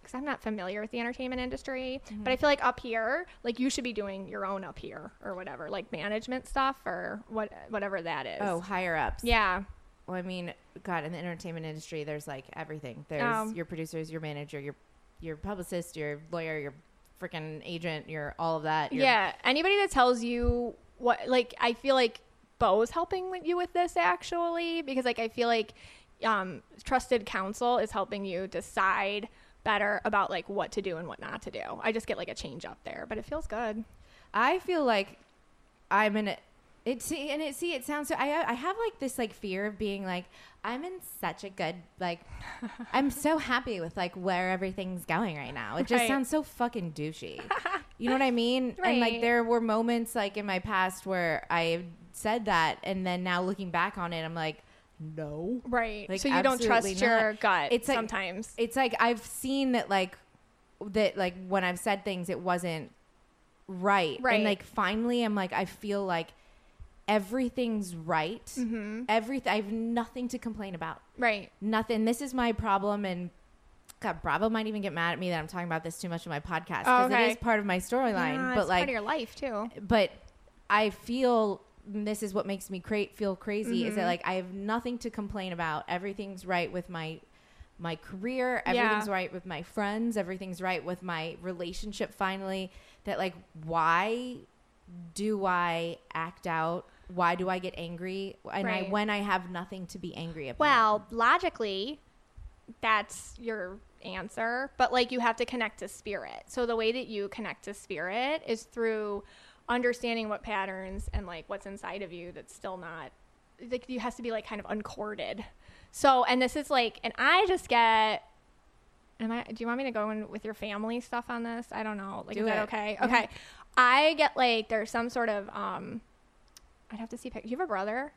C: because I'm not familiar with the entertainment industry, but
B: Mm-hmm.
C: I feel like up here, like you should be doing your own up here or whatever, like management stuff or what whatever that is.
B: Oh, higher ups.
C: yeah.
B: Well, I mean, God, in the entertainment industry, there's like everything. There's
C: Um,
B: your producers, your manager, your your publicist, your lawyer, your freaking agent, your all of that. your-
C: Yeah, anybody that tells you what, like, I feel like Bo's helping with you with this actually, because like I feel like um, trusted counsel is helping you decide better about like what to do and what not to do. I just get like a change up there, but it feels good.
B: I feel like I'm in a it see and it see it sounds so I I have like this like fear of being like I'm in such a good like I'm so happy with like where everything's going right now. It just
C: Right.
B: sounds so fucking douchey. You know what I mean? And like
C: Right.
B: there were moments like in my past where I said that and then now looking back on it I'm like no.
C: Right.
B: Like,
C: so you don't trust
B: absolutely
C: your
B: not.
C: gut
B: It's like-
C: sometimes.
B: It's like I've seen that like that like when I've said things it wasn't right.
C: Right.
B: And like finally I'm like I feel like everything's right. Mm-hmm. Everything I have nothing to complain about.
C: right.
B: Nothing. This is my problem and God, Bravo might even get mad at me that I'm talking about this too much in my podcast because
C: Okay.
B: it is part of my storyline.
C: Yeah,
B: but
C: it's
B: like
C: part of your life too.
B: but I feel and this is what makes me cra- feel crazy is that
C: Mm-hmm.
B: like I have nothing to complain about. Everything's right with my my career.
C: Yeah.
B: Everything's right with my friends. Everything's right with my relationship. Finally, that like why do I act out? Why do I get angry? And I
C: Right.
B: when I have nothing to be angry about.
C: Well, logically, that's your answer, but like you have to connect to spirit. So the way that you connect to spirit is through understanding what patterns and like what's inside of you that's still not like you has to be like kind of uncorded. So and this is like and I just get Am I? Do you want me to go in with your family stuff on this? I don't know. Like,
B: Do
C: is that
B: it. Mm-hmm.
C: okay? Okay. I get like there's some sort of um. I'd have to see. pic- Do you have a brother?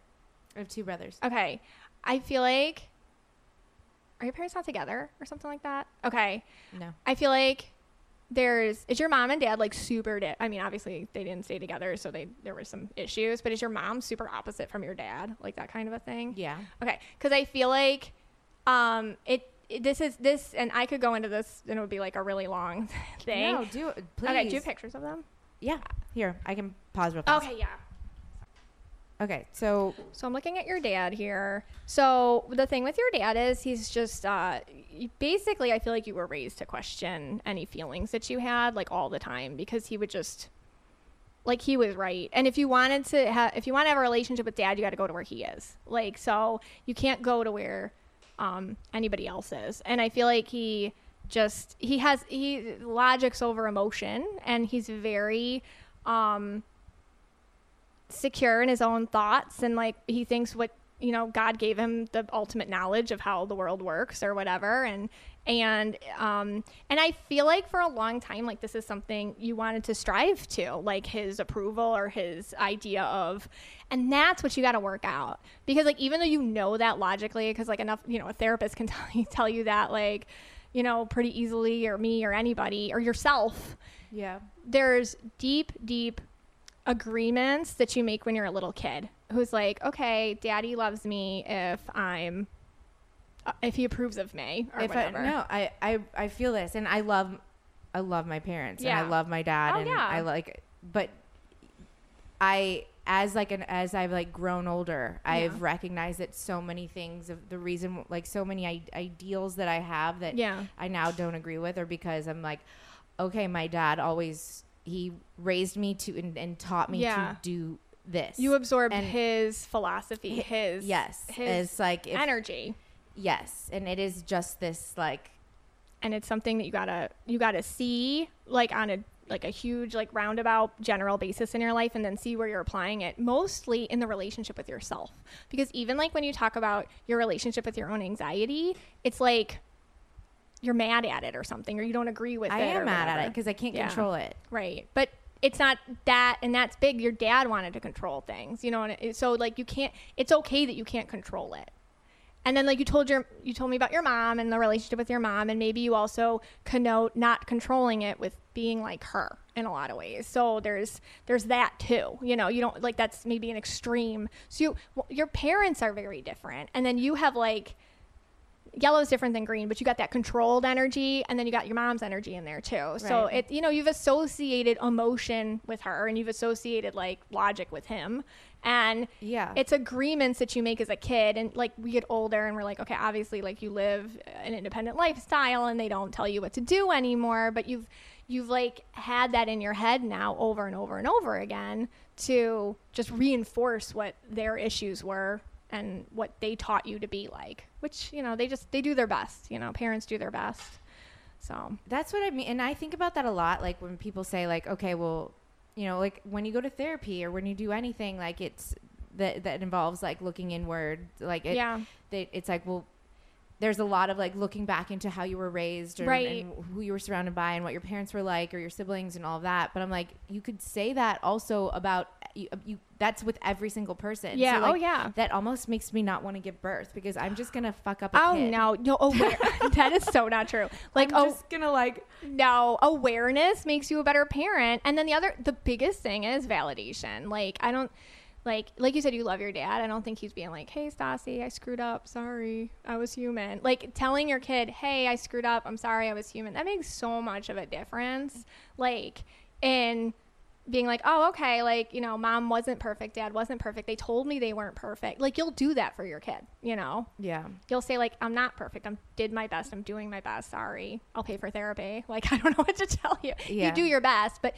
B: I have two brothers.
C: Okay. I feel like are your parents not together or something like that? Okay.
B: No.
C: I feel like there's is your mom and dad like super di- I mean obviously they didn't stay together so they there were some issues, but is your mom super opposite from your dad? Like that kind of a thing?
B: Yeah.
C: Okay, because I feel like um, it, it- This is this, and I could go into this, and it would be like a really long thing.
B: No, do it, please.
C: okay, do you have pictures of them?
B: Yeah. Here, I can pause real fast.
C: Okay, yeah.
B: Okay. So
C: So I'm looking at your dad here. So the thing with your dad is he's just uh, y- basically I feel like you were raised to question any feelings that you had like all the time because he would just like he was right. And if you wanted to have if you want to have a relationship with dad, you got to go to where he is. Like so you can't go to where um, anybody else is. And I feel like he just he has he logics over emotion and he's very um secure in his own thoughts and like he thinks what you know god gave him the ultimate knowledge of how the world works or whatever and and um and i feel like for a long time like this is something you wanted to strive to like his approval or his idea of and that's what you got to work out because like even though you know that logically because like enough you know a therapist can tell you tell you that like you know pretty easily or me or anybody or yourself
B: yeah.
C: there's deep, deep agreements that you make when you're a little kid who's like, okay, daddy loves me if I'm, uh, if he approves of me or
B: if
C: whatever.
B: I, no, I, I I feel this, and I love, I love my parents, and
C: Yeah.
B: I love my dad,
C: Oh,
B: and
C: yeah.
B: I like, but I as like an as I've like grown older, I've recognized that so many things of the reason, like so many I- ideals that I have that
C: Yeah.
B: I now don't agree with, are because I'm like, okay, my dad always he raised me to and, and taught me
C: Yeah.
B: to do this.
C: You absorb
B: And-
C: his philosophy, his
B: yes,
C: his
B: it's like if,
C: energy,
B: yes, and it is just this like
C: and it's something that you gotta you gotta see like on a like a huge like roundabout general basis in your life and then see where you're applying it mostly in the relationship with yourself because even like when you talk about your relationship with your own anxiety it's like you're mad at it or something or you don't agree with
B: I
C: it or
B: am mad at it
C: whatever.
B: because I can't
C: Yeah.
B: control it.
C: Right. But it's not that, and that's big. Your dad wanted to control things, you know, and it, so like you can't, it's okay that you can't control it. And then like you told your, you told me about your mom and the relationship with your mom, and maybe you also connote not controlling it with being like her in a lot of ways. So there's, there's that too, you know, you don't like that's maybe an extreme. So you, well, your parents are very different. And then you have like, yellow is different than green, but you got that controlled energy, and then you got your mom's energy in there too. So it, you know, you've associated emotion with her, and you've associated like logic with him, and
B: Yeah.
C: it's agreements that you make as a kid, and like we get older, and we're like, okay, obviously, like you live an independent lifestyle, and they don't tell you what to do anymore, but you've you've like had that in your head now over and over and over again to just reinforce what their issues were and what they taught you to be like which you know they just they do their best you know parents do their best so
B: That's what I mean. And I think about that a lot. Like when people say, like, okay, well, you know, like when you go to therapy or when you do anything, like it's that that involves like looking inward. Like it,
C: Yeah.
B: They, it's like, well, there's a lot of like looking back into how you were raised or
C: Right.
B: and who you were surrounded by and what your parents were like or your siblings and all of that. But I'm like, you could say that also about you. you that's with every single person.
C: Yeah.
B: like,
C: Oh, yeah.
B: That almost makes me not want to give birth because I'm just gonna fuck up. A
C: oh
B: kid.
C: no no aware that is so not true like
B: I'm
C: oh
B: just gonna like
C: no awareness makes you a better parent and then the other the biggest thing is validation like i don't like like you said you love your dad i don't think he's being like hey stassi i screwed up sorry i was human like telling your kid hey i screwed up i'm sorry i was human that makes so much of a difference like in being like oh okay like you know mom wasn't perfect dad wasn't perfect they told me they weren't perfect like you'll do that for your kid you know
B: yeah.
C: you'll say like i'm not perfect i'm did my best i'm doing my best sorry i'll pay for therapy like i don't know what to tell you
B: Yeah.
C: you do your best but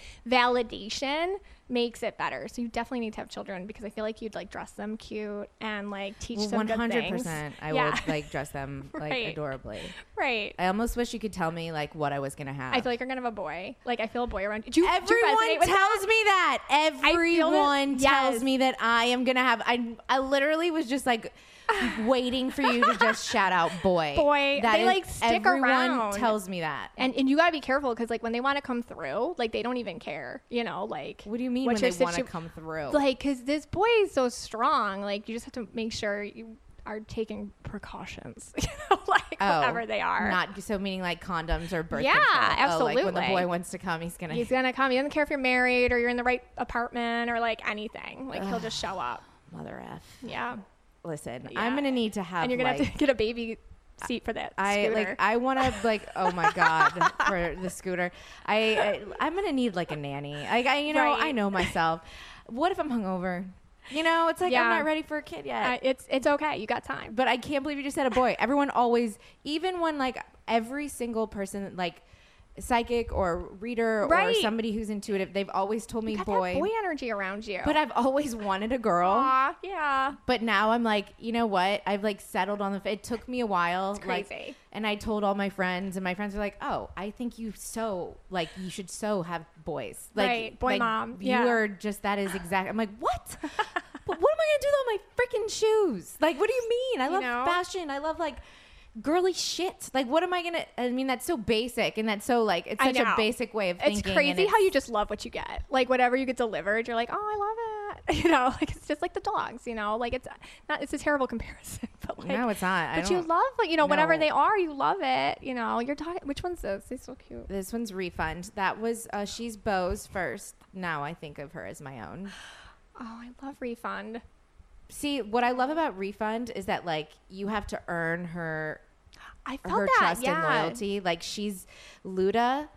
C: validation makes it better so you definitely need to have children because i feel like you'd like dress them cute and like teach
B: Well,
C: them
B: one
C: 100%
B: hundred percent. I
C: yeah.
B: would like dress them like
C: Right.
B: adorably.
C: right
B: I almost wish you could tell me like what I was gonna have.
C: i feel like you're gonna have a boy like i feel a boy around you. do you do you
B: everyone
C: resonate
B: tells
C: with that?
B: me that.
C: feel that-
B: Everyone tells
C: yes.
B: me that I am gonna have. I I literally was just like waiting for you to just shout out boy
C: Boy.
B: That
C: They,
B: is-
C: like, stick
B: everyone
C: around.
B: tells me that.
C: and and you gotta be careful because like when they want to come through like they don't even care you know like
B: What do you mean
C: what's
B: when
C: your
B: they want to
C: situ-
B: come through?
C: like because this boy is so strong like you just have to make sure you are taking precautions you know like
B: Oh,
C: whatever they are
B: Not so meaning like condoms or birth
C: Yeah,
B: control. Oh, like when the
C: absolutely.
B: boy wants to come, he's gonna.
C: he's gonna come he doesn't care if you're married or you're in the right apartment or like anything like he'll just show up
B: mother f.
C: yeah
B: Listen, I'm
C: Yeah.
B: gonna need to have.
C: and you're gonna
B: like,
C: have to get a baby seat for that
B: I
C: scooter.
B: like I want to like oh my god for the scooter. I, I I'm gonna need like a nanny. Like I you know
C: Right.
B: I know myself. What if I'm hungover? You know it's like I'm
C: Yeah.
B: not ready for a kid yet.
C: Uh, it's it's okay you got time
B: but I can't believe you just said a boy. Everyone always even when like every single person like psychic or reader or
C: Right.
B: somebody who's intuitive they've always told me
C: you got
B: boy.
C: that boy energy around you
B: But I've always wanted a girl.
C: Aw, yeah
B: But now I'm like, you know what? I've like settled on the. It took me a while. Like,
C: crazy.
B: and I told all my friends, and my friends were like, "Oh, I think you so like you should so have boys. Like,
C: Right, boy
B: like,
C: mom,
B: You
C: yeah.
B: are just that is exact. I'm like, what? but what am I gonna do with all my freaking shoes? Like, what do you mean? I love
C: know?
B: fashion. I love like girly shit. Like, what am I gonna? I mean, that's so basic, and that's so like it's
C: I
B: such a
C: know.
B: basic way of thinking.
C: It's
B: and
C: crazy
B: it's-
C: how you just love what you get. Like whatever you get delivered, you're like, oh, I love it. You know, like it's just like the dogs. You know, like it's not. It's a terrible comparison, but like
B: No, it's not. I
C: But you
B: don't-
C: love, like you know, whatever
B: No.
C: they are, you love it. You know, your dog. Which one's this? They're so cute.
B: This one's refund. That was uh, she's Bo's first. Now I think of her as my own.
C: Oh, I love refund.
B: See, what I love about refund is that like you have to earn her
C: I felt
B: her
C: that.
B: trust
C: yeah.
B: and loyalty. Like she's Luda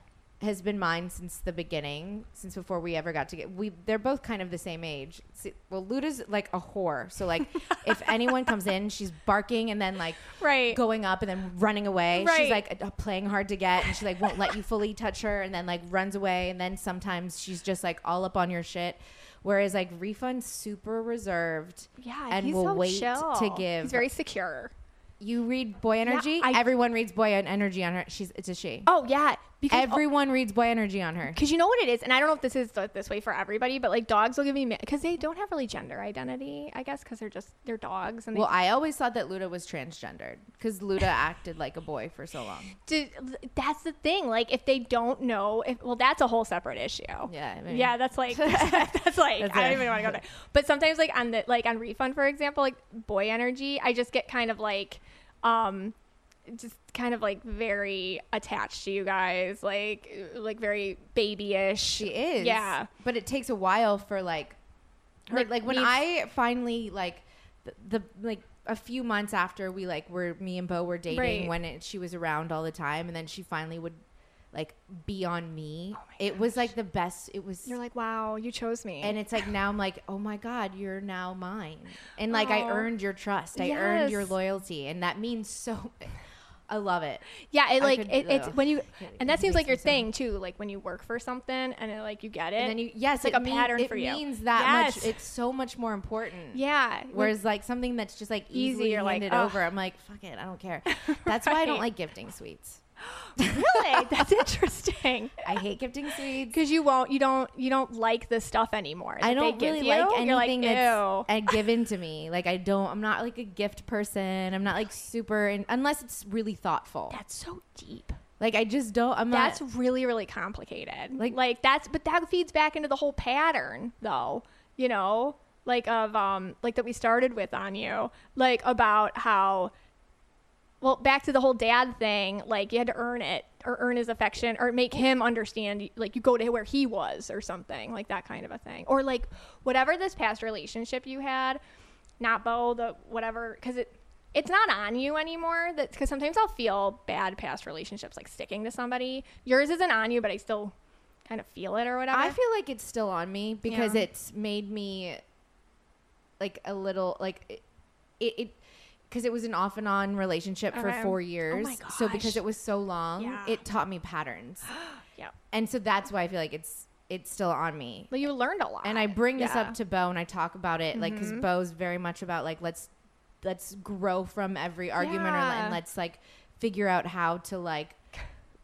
B: has been mine since the beginning, since before we ever got to get. We they're both kind of the same age. See, well, Luda's like a whore, so like if anyone comes in, she's barking and then like
C: Right.
B: going up and then running away. She's
C: Right.
B: like uh, playing hard to get, and she like won't let you fully touch her, and then like runs away, and then sometimes she's just like all up on your shit. Whereas like refund super reserved,
C: Yeah,
B: and
C: he's
B: will
C: so
B: wait
C: chill.
B: to give.
C: He's very secure.
B: You read Boy Energy.
C: I-
B: Everyone reads Boy en- Energy on her. She's it's a she.
C: Oh yeah, because
B: Everyone reads Boy Energy on her.
C: Because you know what it is, and I don't know if this is th- this way for everybody, but like dogs will give me because they don't have really gender identity, I guess, because they're just they're dogs. And they
B: Well, I always thought that Luda was transgendered because Luda acted like a boy for so long.
C: do, that's the thing. Like if they don't know, if well, that's a whole separate issue.
B: Yeah, I mean-
C: yeah, that's like that's like
B: That's
C: I don't
B: it.
C: even want to go there. But sometimes like on the like on refund, for example, like boy energy, I just get kind of like, um, just kind of like very attached to you guys, like like very babyish.
B: She is.
C: Yeah.
B: But it takes a while for like her, like,
C: Like,
B: when
C: needs-
B: I finally like the, the like a few months after we like were me and Bo were dating
C: Right.
B: when it, she was around all the time, and then she finally would like be on me. it was like the best. It was
C: You're like, wow, you chose me.
B: and it's like now I'm like, oh my God, you're now mine. And like I
C: Aw.
B: earned your trust. I earned your
C: Yes.
B: loyalty. And that means so I love it.
C: yeah, it
B: I
C: like
B: could-
C: it, it's
B: ugh.
C: when you, and that seems
B: makes
C: like your
B: me so-
C: thing too. Like when you work for something and it, like you get it,
B: And then you yes,
C: it's like
B: it
C: a
B: mean-
C: pattern
B: it
C: for you.
B: means that
C: Yes.
B: much it's so much more important.
C: yeah.
B: Whereas like something that's just like
C: Easy,
B: easily
C: you're like,
B: handed
C: "Ugh."
B: over, I'm like, fuck it, I don't care. That's why I don't
C: Right.
B: like gifting sweets.
C: really, that's interesting.
B: I hate gifting sweets.
C: Because you won't, you don't, you don't like the stuff anymore.
B: I
C: that they
B: don't really
C: give
B: like
C: you.
B: anything
C: You're
B: that's
C: Ew.
B: uh, given to me. Like I don't. I'm not like a gift person. I'm not like super, in, unless it's really thoughtful.
C: That's so deep.
B: Like I just don't. I'm
C: That's
B: not.
C: really, really complicated.
B: Like-
C: Like, like that's, but that feeds back into the whole pattern, though. You know, like of um, like that we started with on you, like about how, well, back to the whole dad thing. Like you had to earn it or earn his affection or make him understand. Like you go to where he was or something like that kind of a thing, or like whatever this past relationship you had, not Bo, the whatever, because it it's not on you anymore. That because sometimes I'll feel bad past relationships, like sticking to somebody. Yours isn't on you, but I still kind of feel it or whatever.
B: I feel like it's still on me because
C: Yeah.
B: it's made me like a little like it. it because it was an off and on relationship for
C: Okay.
B: four
C: Oh my
B: years. So because
C: gosh.
B: it was so long,
C: Yeah.
B: it taught me patterns.
C: yeah,
B: And so that's why I feel like it's it's still on me.
C: like you learned a lot.
B: and I bring this
C: Yeah. Mm-hmm.
B: up to Bo and I talk about it like 'cause like because Bo's very much about like let's let's grow from every argument or,
C: Yeah.
B: and let's like figure out how to like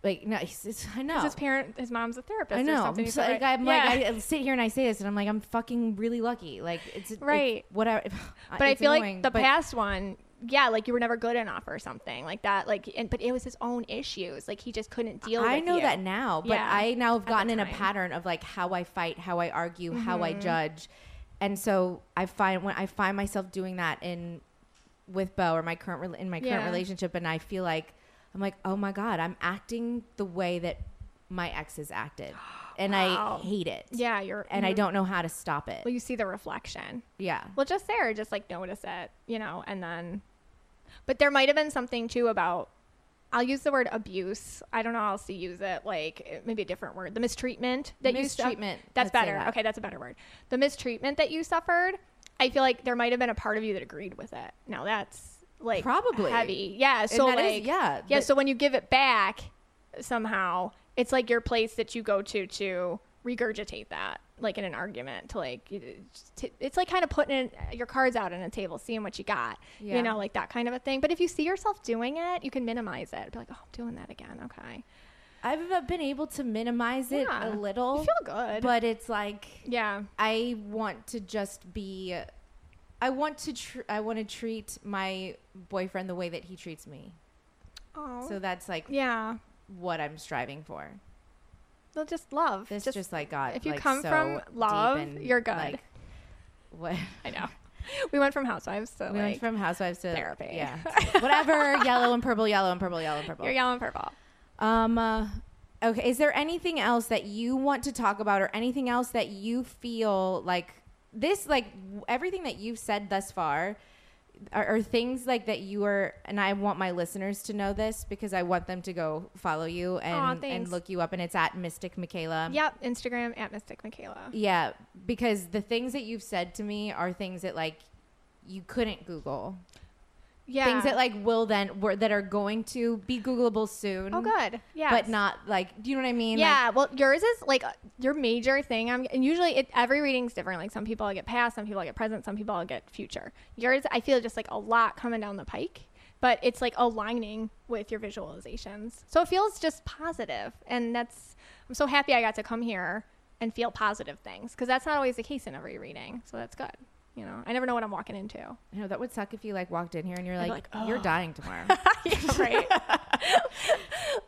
B: like no he's, it's, I know
C: 'Cause his parent, his mom's a therapist.
B: I
C: Or
B: know
C: something.
B: so, like I'm like I- I sit here and I say this and I'm like I'm fucking really lucky like it's it's
C: Right.
B: whatever
C: but I
B: it's
C: feel
B: annoying,
C: like the
B: but-
C: past one, yeah, like you were never good enough or something like that. Like, and but it was his own issues. Like he just couldn't deal.
B: I
C: with
B: know
C: you.
B: that now, but
C: Yeah,
B: I now have
C: at the
B: gotten in a
C: time. Mm-hmm.
B: pattern of like how I fight, how I argue, how I judge. And so I find when I find myself doing that in with Bo or my current rela- in my current
C: Yeah.
B: relationship and I feel like I'm like, "Oh my god, I'm acting the way that my exes acted." And
C: Wow.
B: I hate it.
C: Yeah, you're
B: And I don't know how to stop it.
C: Well, you see the reflection.
B: yeah.
C: well just there just like notice it you know and then but there might have been something too about i'll use the word abuse i don't know how else to use it like eh, maybe a different word the mistreatment that you
B: Mistreatment.
C: suffered that's
B: Let's say
C: better
B: that.
C: okay that's a better word the mistreatment that you suffered i feel like there might have been a part of you that agreed with it now that's like
B: Probably.
C: heavy yeah so
B: that
C: like
B: is- yeah,
C: yeah
B: but-
C: so when you give it back somehow it's like your place that you go to to regurgitate that like in an argument to like you- to- it's like kind of putting in uh, your cards out on a table seeing what you got
B: Yeah.
C: you know like that kind of a thing but if you see yourself doing it you can minimize it be like oh i'm doing that again okay
B: I've uh, been able to minimize it
C: Yeah.
B: a
C: You
B: little.
C: feel good.
B: But it's like
C: yeah
B: I want to just be. I want to. Tr- I want to treat my boyfriend the way that he treats me.
C: oh
B: So that's like
C: yeah
B: what I'm striving for.
C: they'll just love
B: This just, like God.
C: if you
B: like,
C: come
B: so
C: from
B: deep
C: love,
B: and,
C: you're good.
B: like, what
C: i know we went from housewives to
B: we
C: like
B: went from housewives to
C: therapy.
B: Yeah, whatever. yellow and purple. Yellow and purple. Yellow and purple.
C: you're yelling purple
B: Um. Uh, okay. Is there anything else that you want to talk about, or anything else that you feel like this, like w- everything that you've said thus far, are, are things like that you are? And I want my listeners to know this because I want them to go follow you
C: Aw,
B: and and
C: thanks.
B: look you up. And it's at Mystic Michaela.
C: yep instagram at mystic michaela
B: Yeah. Because the things that you've said to me are things that like you couldn't Google.
C: yeah
B: Things that like will then were that are going to be Googleable soon.
C: oh good yeah
B: But not like, do you know what I mean? Like,
C: Yeah, well, yours is like uh, your major thing. I'm, and usually it, every reading's different. Like some people I'll get past, some people I'll get present, some people I'll get future. Yours, I feel just like a lot coming down the pike, but it's like aligning with your visualizations. So it feels just positive, and that's I'm so happy I got to come here and feel positive things because that's not always the case in every reading. So that's good. You know, I never know what I'm walking into.
B: No, that would suck if you like walked in here and you're like,
C: like, "Oh."
B: you're dying tomorrow.
C: Yeah, right.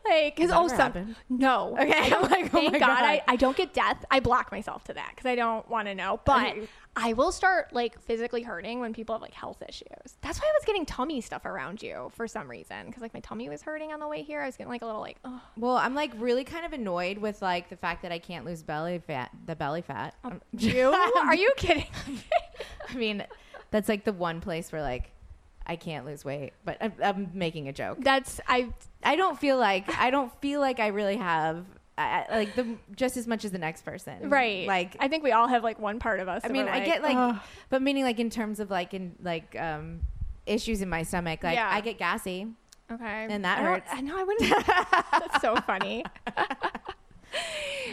C: like, because
B: that
C: oh,
B: ever
C: some,
B: happen?
C: no. Okay,
B: I'm like, oh
C: thank
B: my
C: God,
B: God.
C: I, I don't get death. I block myself to that because I don't want to know. But I will start like physically hurting when people have like health issues. That's why I was getting tummy stuff around you for some reason because like my tummy was hurting on the way here. I was getting like a little like, oh,
B: well, I'm like really kind of annoyed with like the fact that I can't lose belly fat, the belly fat. Um,
C: you? Are you kidding?
B: I mean, that's like the one place where like I can't lose weight, but I'm, I'm making a joke.
C: That's I.
B: I don't feel like I don't feel like I really have I, I- like the just as much as the next person,
C: Right.
B: Like
C: I think we all have like one part of us.
B: I
C: that
B: mean,
C: we're
B: I get like,
C: "Ugh."
B: but meaning like in terms of like in like um issues in my stomach, like
C: Yeah.
B: I get gassy.
C: okay,
B: and that
C: I don't-
B: hurts.
C: I know I wouldn't. That's so funny.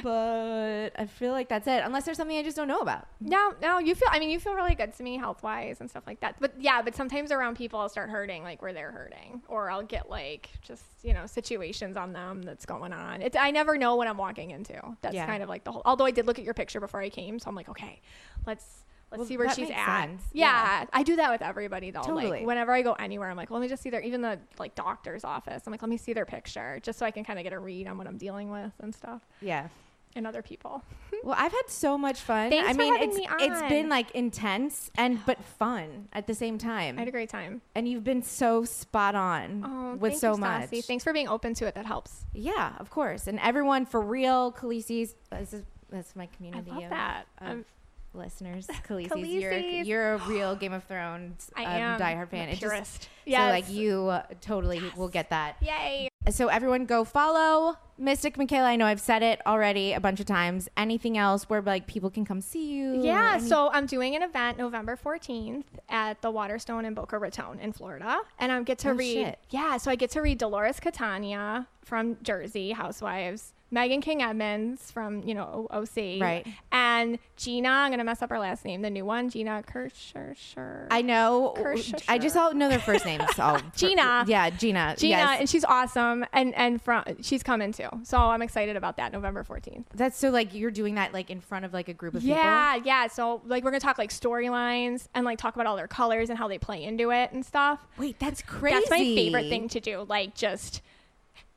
B: But I feel like that's it, unless there's something I just don't know about.
C: No, no, you feel. I mean, you feel really good to me health wise and stuff like that. But yeah, but sometimes around people, I'll start hurting like where they're hurting, or I'll get like just you know situations on them that's going on. It's I never know what I'm walking into. That's
B: Yeah.
C: kind of like the whole. Although I did look at your picture before I came, so I'm like, okay, let's. Let's
B: Well,
C: see where
B: that
C: she's
B: makes
C: at.
B: sense.
C: Yeah, I do that with everybody though.
B: Totally.
C: Like whenever I go anywhere, I'm like, let me just see their even the like doctor's office. I'm like, let me see their picture just so I can kind of get a read on what I'm dealing with and stuff
B: Yeah.
C: and other people.
B: Well, I've had so much fun.
C: Thanks
B: I
C: for
B: mean,
C: having
B: it's
C: me
B: it's been
C: on.
B: like intense and but fun at the same
C: I had a
B: time.
C: great time.
B: And you've been so spot on
C: Oh,
B: with
C: thank
B: so
C: you,
B: much.
C: Stassi. Thanks for being open to it. That helps.
B: Yeah, of course. And everyone for real, Khaleesi's this is that's my community
C: love
B: of,
C: that.
B: of
C: I'm-
B: listeners. Khaleesi's, You're,
C: Khaleesi's.
B: you're a real Game of Thrones
C: I
B: um,
C: am
B: diehard fan.
C: a
B: It just-
C: purist.
B: So like
C: Yes.
B: you uh, totally will get that.
C: Yay.
B: So everyone go follow Mystic Michaela. I know I've said it already a bunch of times. Anything else where like people can come see you? or
C: Yeah,
B: any-
C: so I'm doing an event November 14th at the Waterstone in Boca Raton in Florida. And I get to
B: Oh,
C: read.
B: shit.
C: Yeah, so I get to read Dolores Catania from Jersey Housewives, Megan King Edmonds from, you know, O- OC.
B: Right.
C: And Gina, I'm going to mess up her last name, the new one, Gina Kircher.
B: I know.
C: Kershaw.
B: I just all know their first names. All
C: Gina.
B: Yeah, Gina.
C: Gina,
B: yes.
C: and she's awesome, and and from she's coming too. So I'm excited about that November 14th.
B: That's so like you're doing that like in front of like a group of people.
C: Yeah, yeah. So like we're gonna talk like storylines and like talk about all their colors and how they play into it and stuff.
B: Wait, that's crazy.
C: That's my favorite thing to do. Like just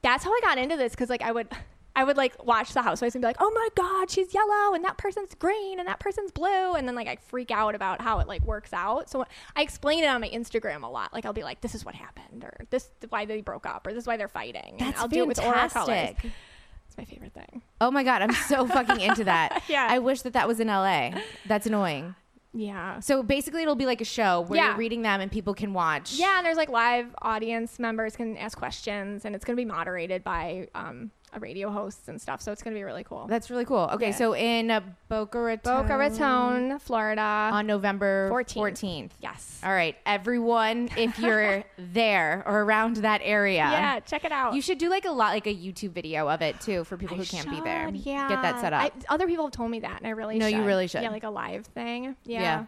C: that's how I got into this because like I would. I would like watch the housewives and be like, "Oh my god, she's yellow and that person's green and that person's blue." And then like I freak out about how it like works out. So I explain it on my Instagram a lot. Like I'll be like, "This is what happened," or "This is why they broke up," or "This is why they're fighting." and
B: That's
C: I'll do it with oral colors.
B: fantastic.
C: It's my favorite thing.
B: Oh my god, I'm so fucking into that.
C: Yeah.
B: I wish that that was in LA. That's annoying.
C: Yeah.
B: So basically, it'll be like a show where
C: Yeah.
B: you're reading them and people can watch.
C: Yeah, and there's like live audience members can ask questions, and it's going to be moderated by um, a radio host and stuff. So it's going to be really cool.
B: That's really cool. Okay,
C: Yeah.
B: so in uh, Boca Raton,
C: Boca Raton, Florida.
B: on November
C: 14th.
B: 14th.
C: yes.
B: All right, everyone, if you're there or around that area,
C: Yeah, check it out.
B: you should do like a lot, like a YouTube video of it too for people
C: I
B: who can't be there.
C: should, Yeah.
B: get that set up.
C: I, other people have told me that, and I really
B: No,
C: should.
B: you really should.
C: Yeah, like a live thing. Yeah.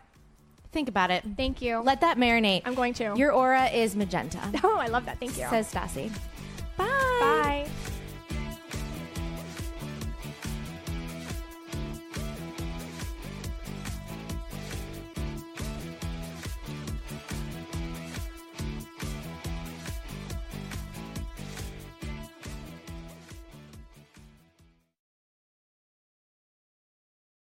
B: think about it.
C: Thank you.
B: Let that marinate.
C: I'm going to.
B: Your aura is magenta,
C: oh, I love that. Thank you.
B: says Stassi.
C: Bye.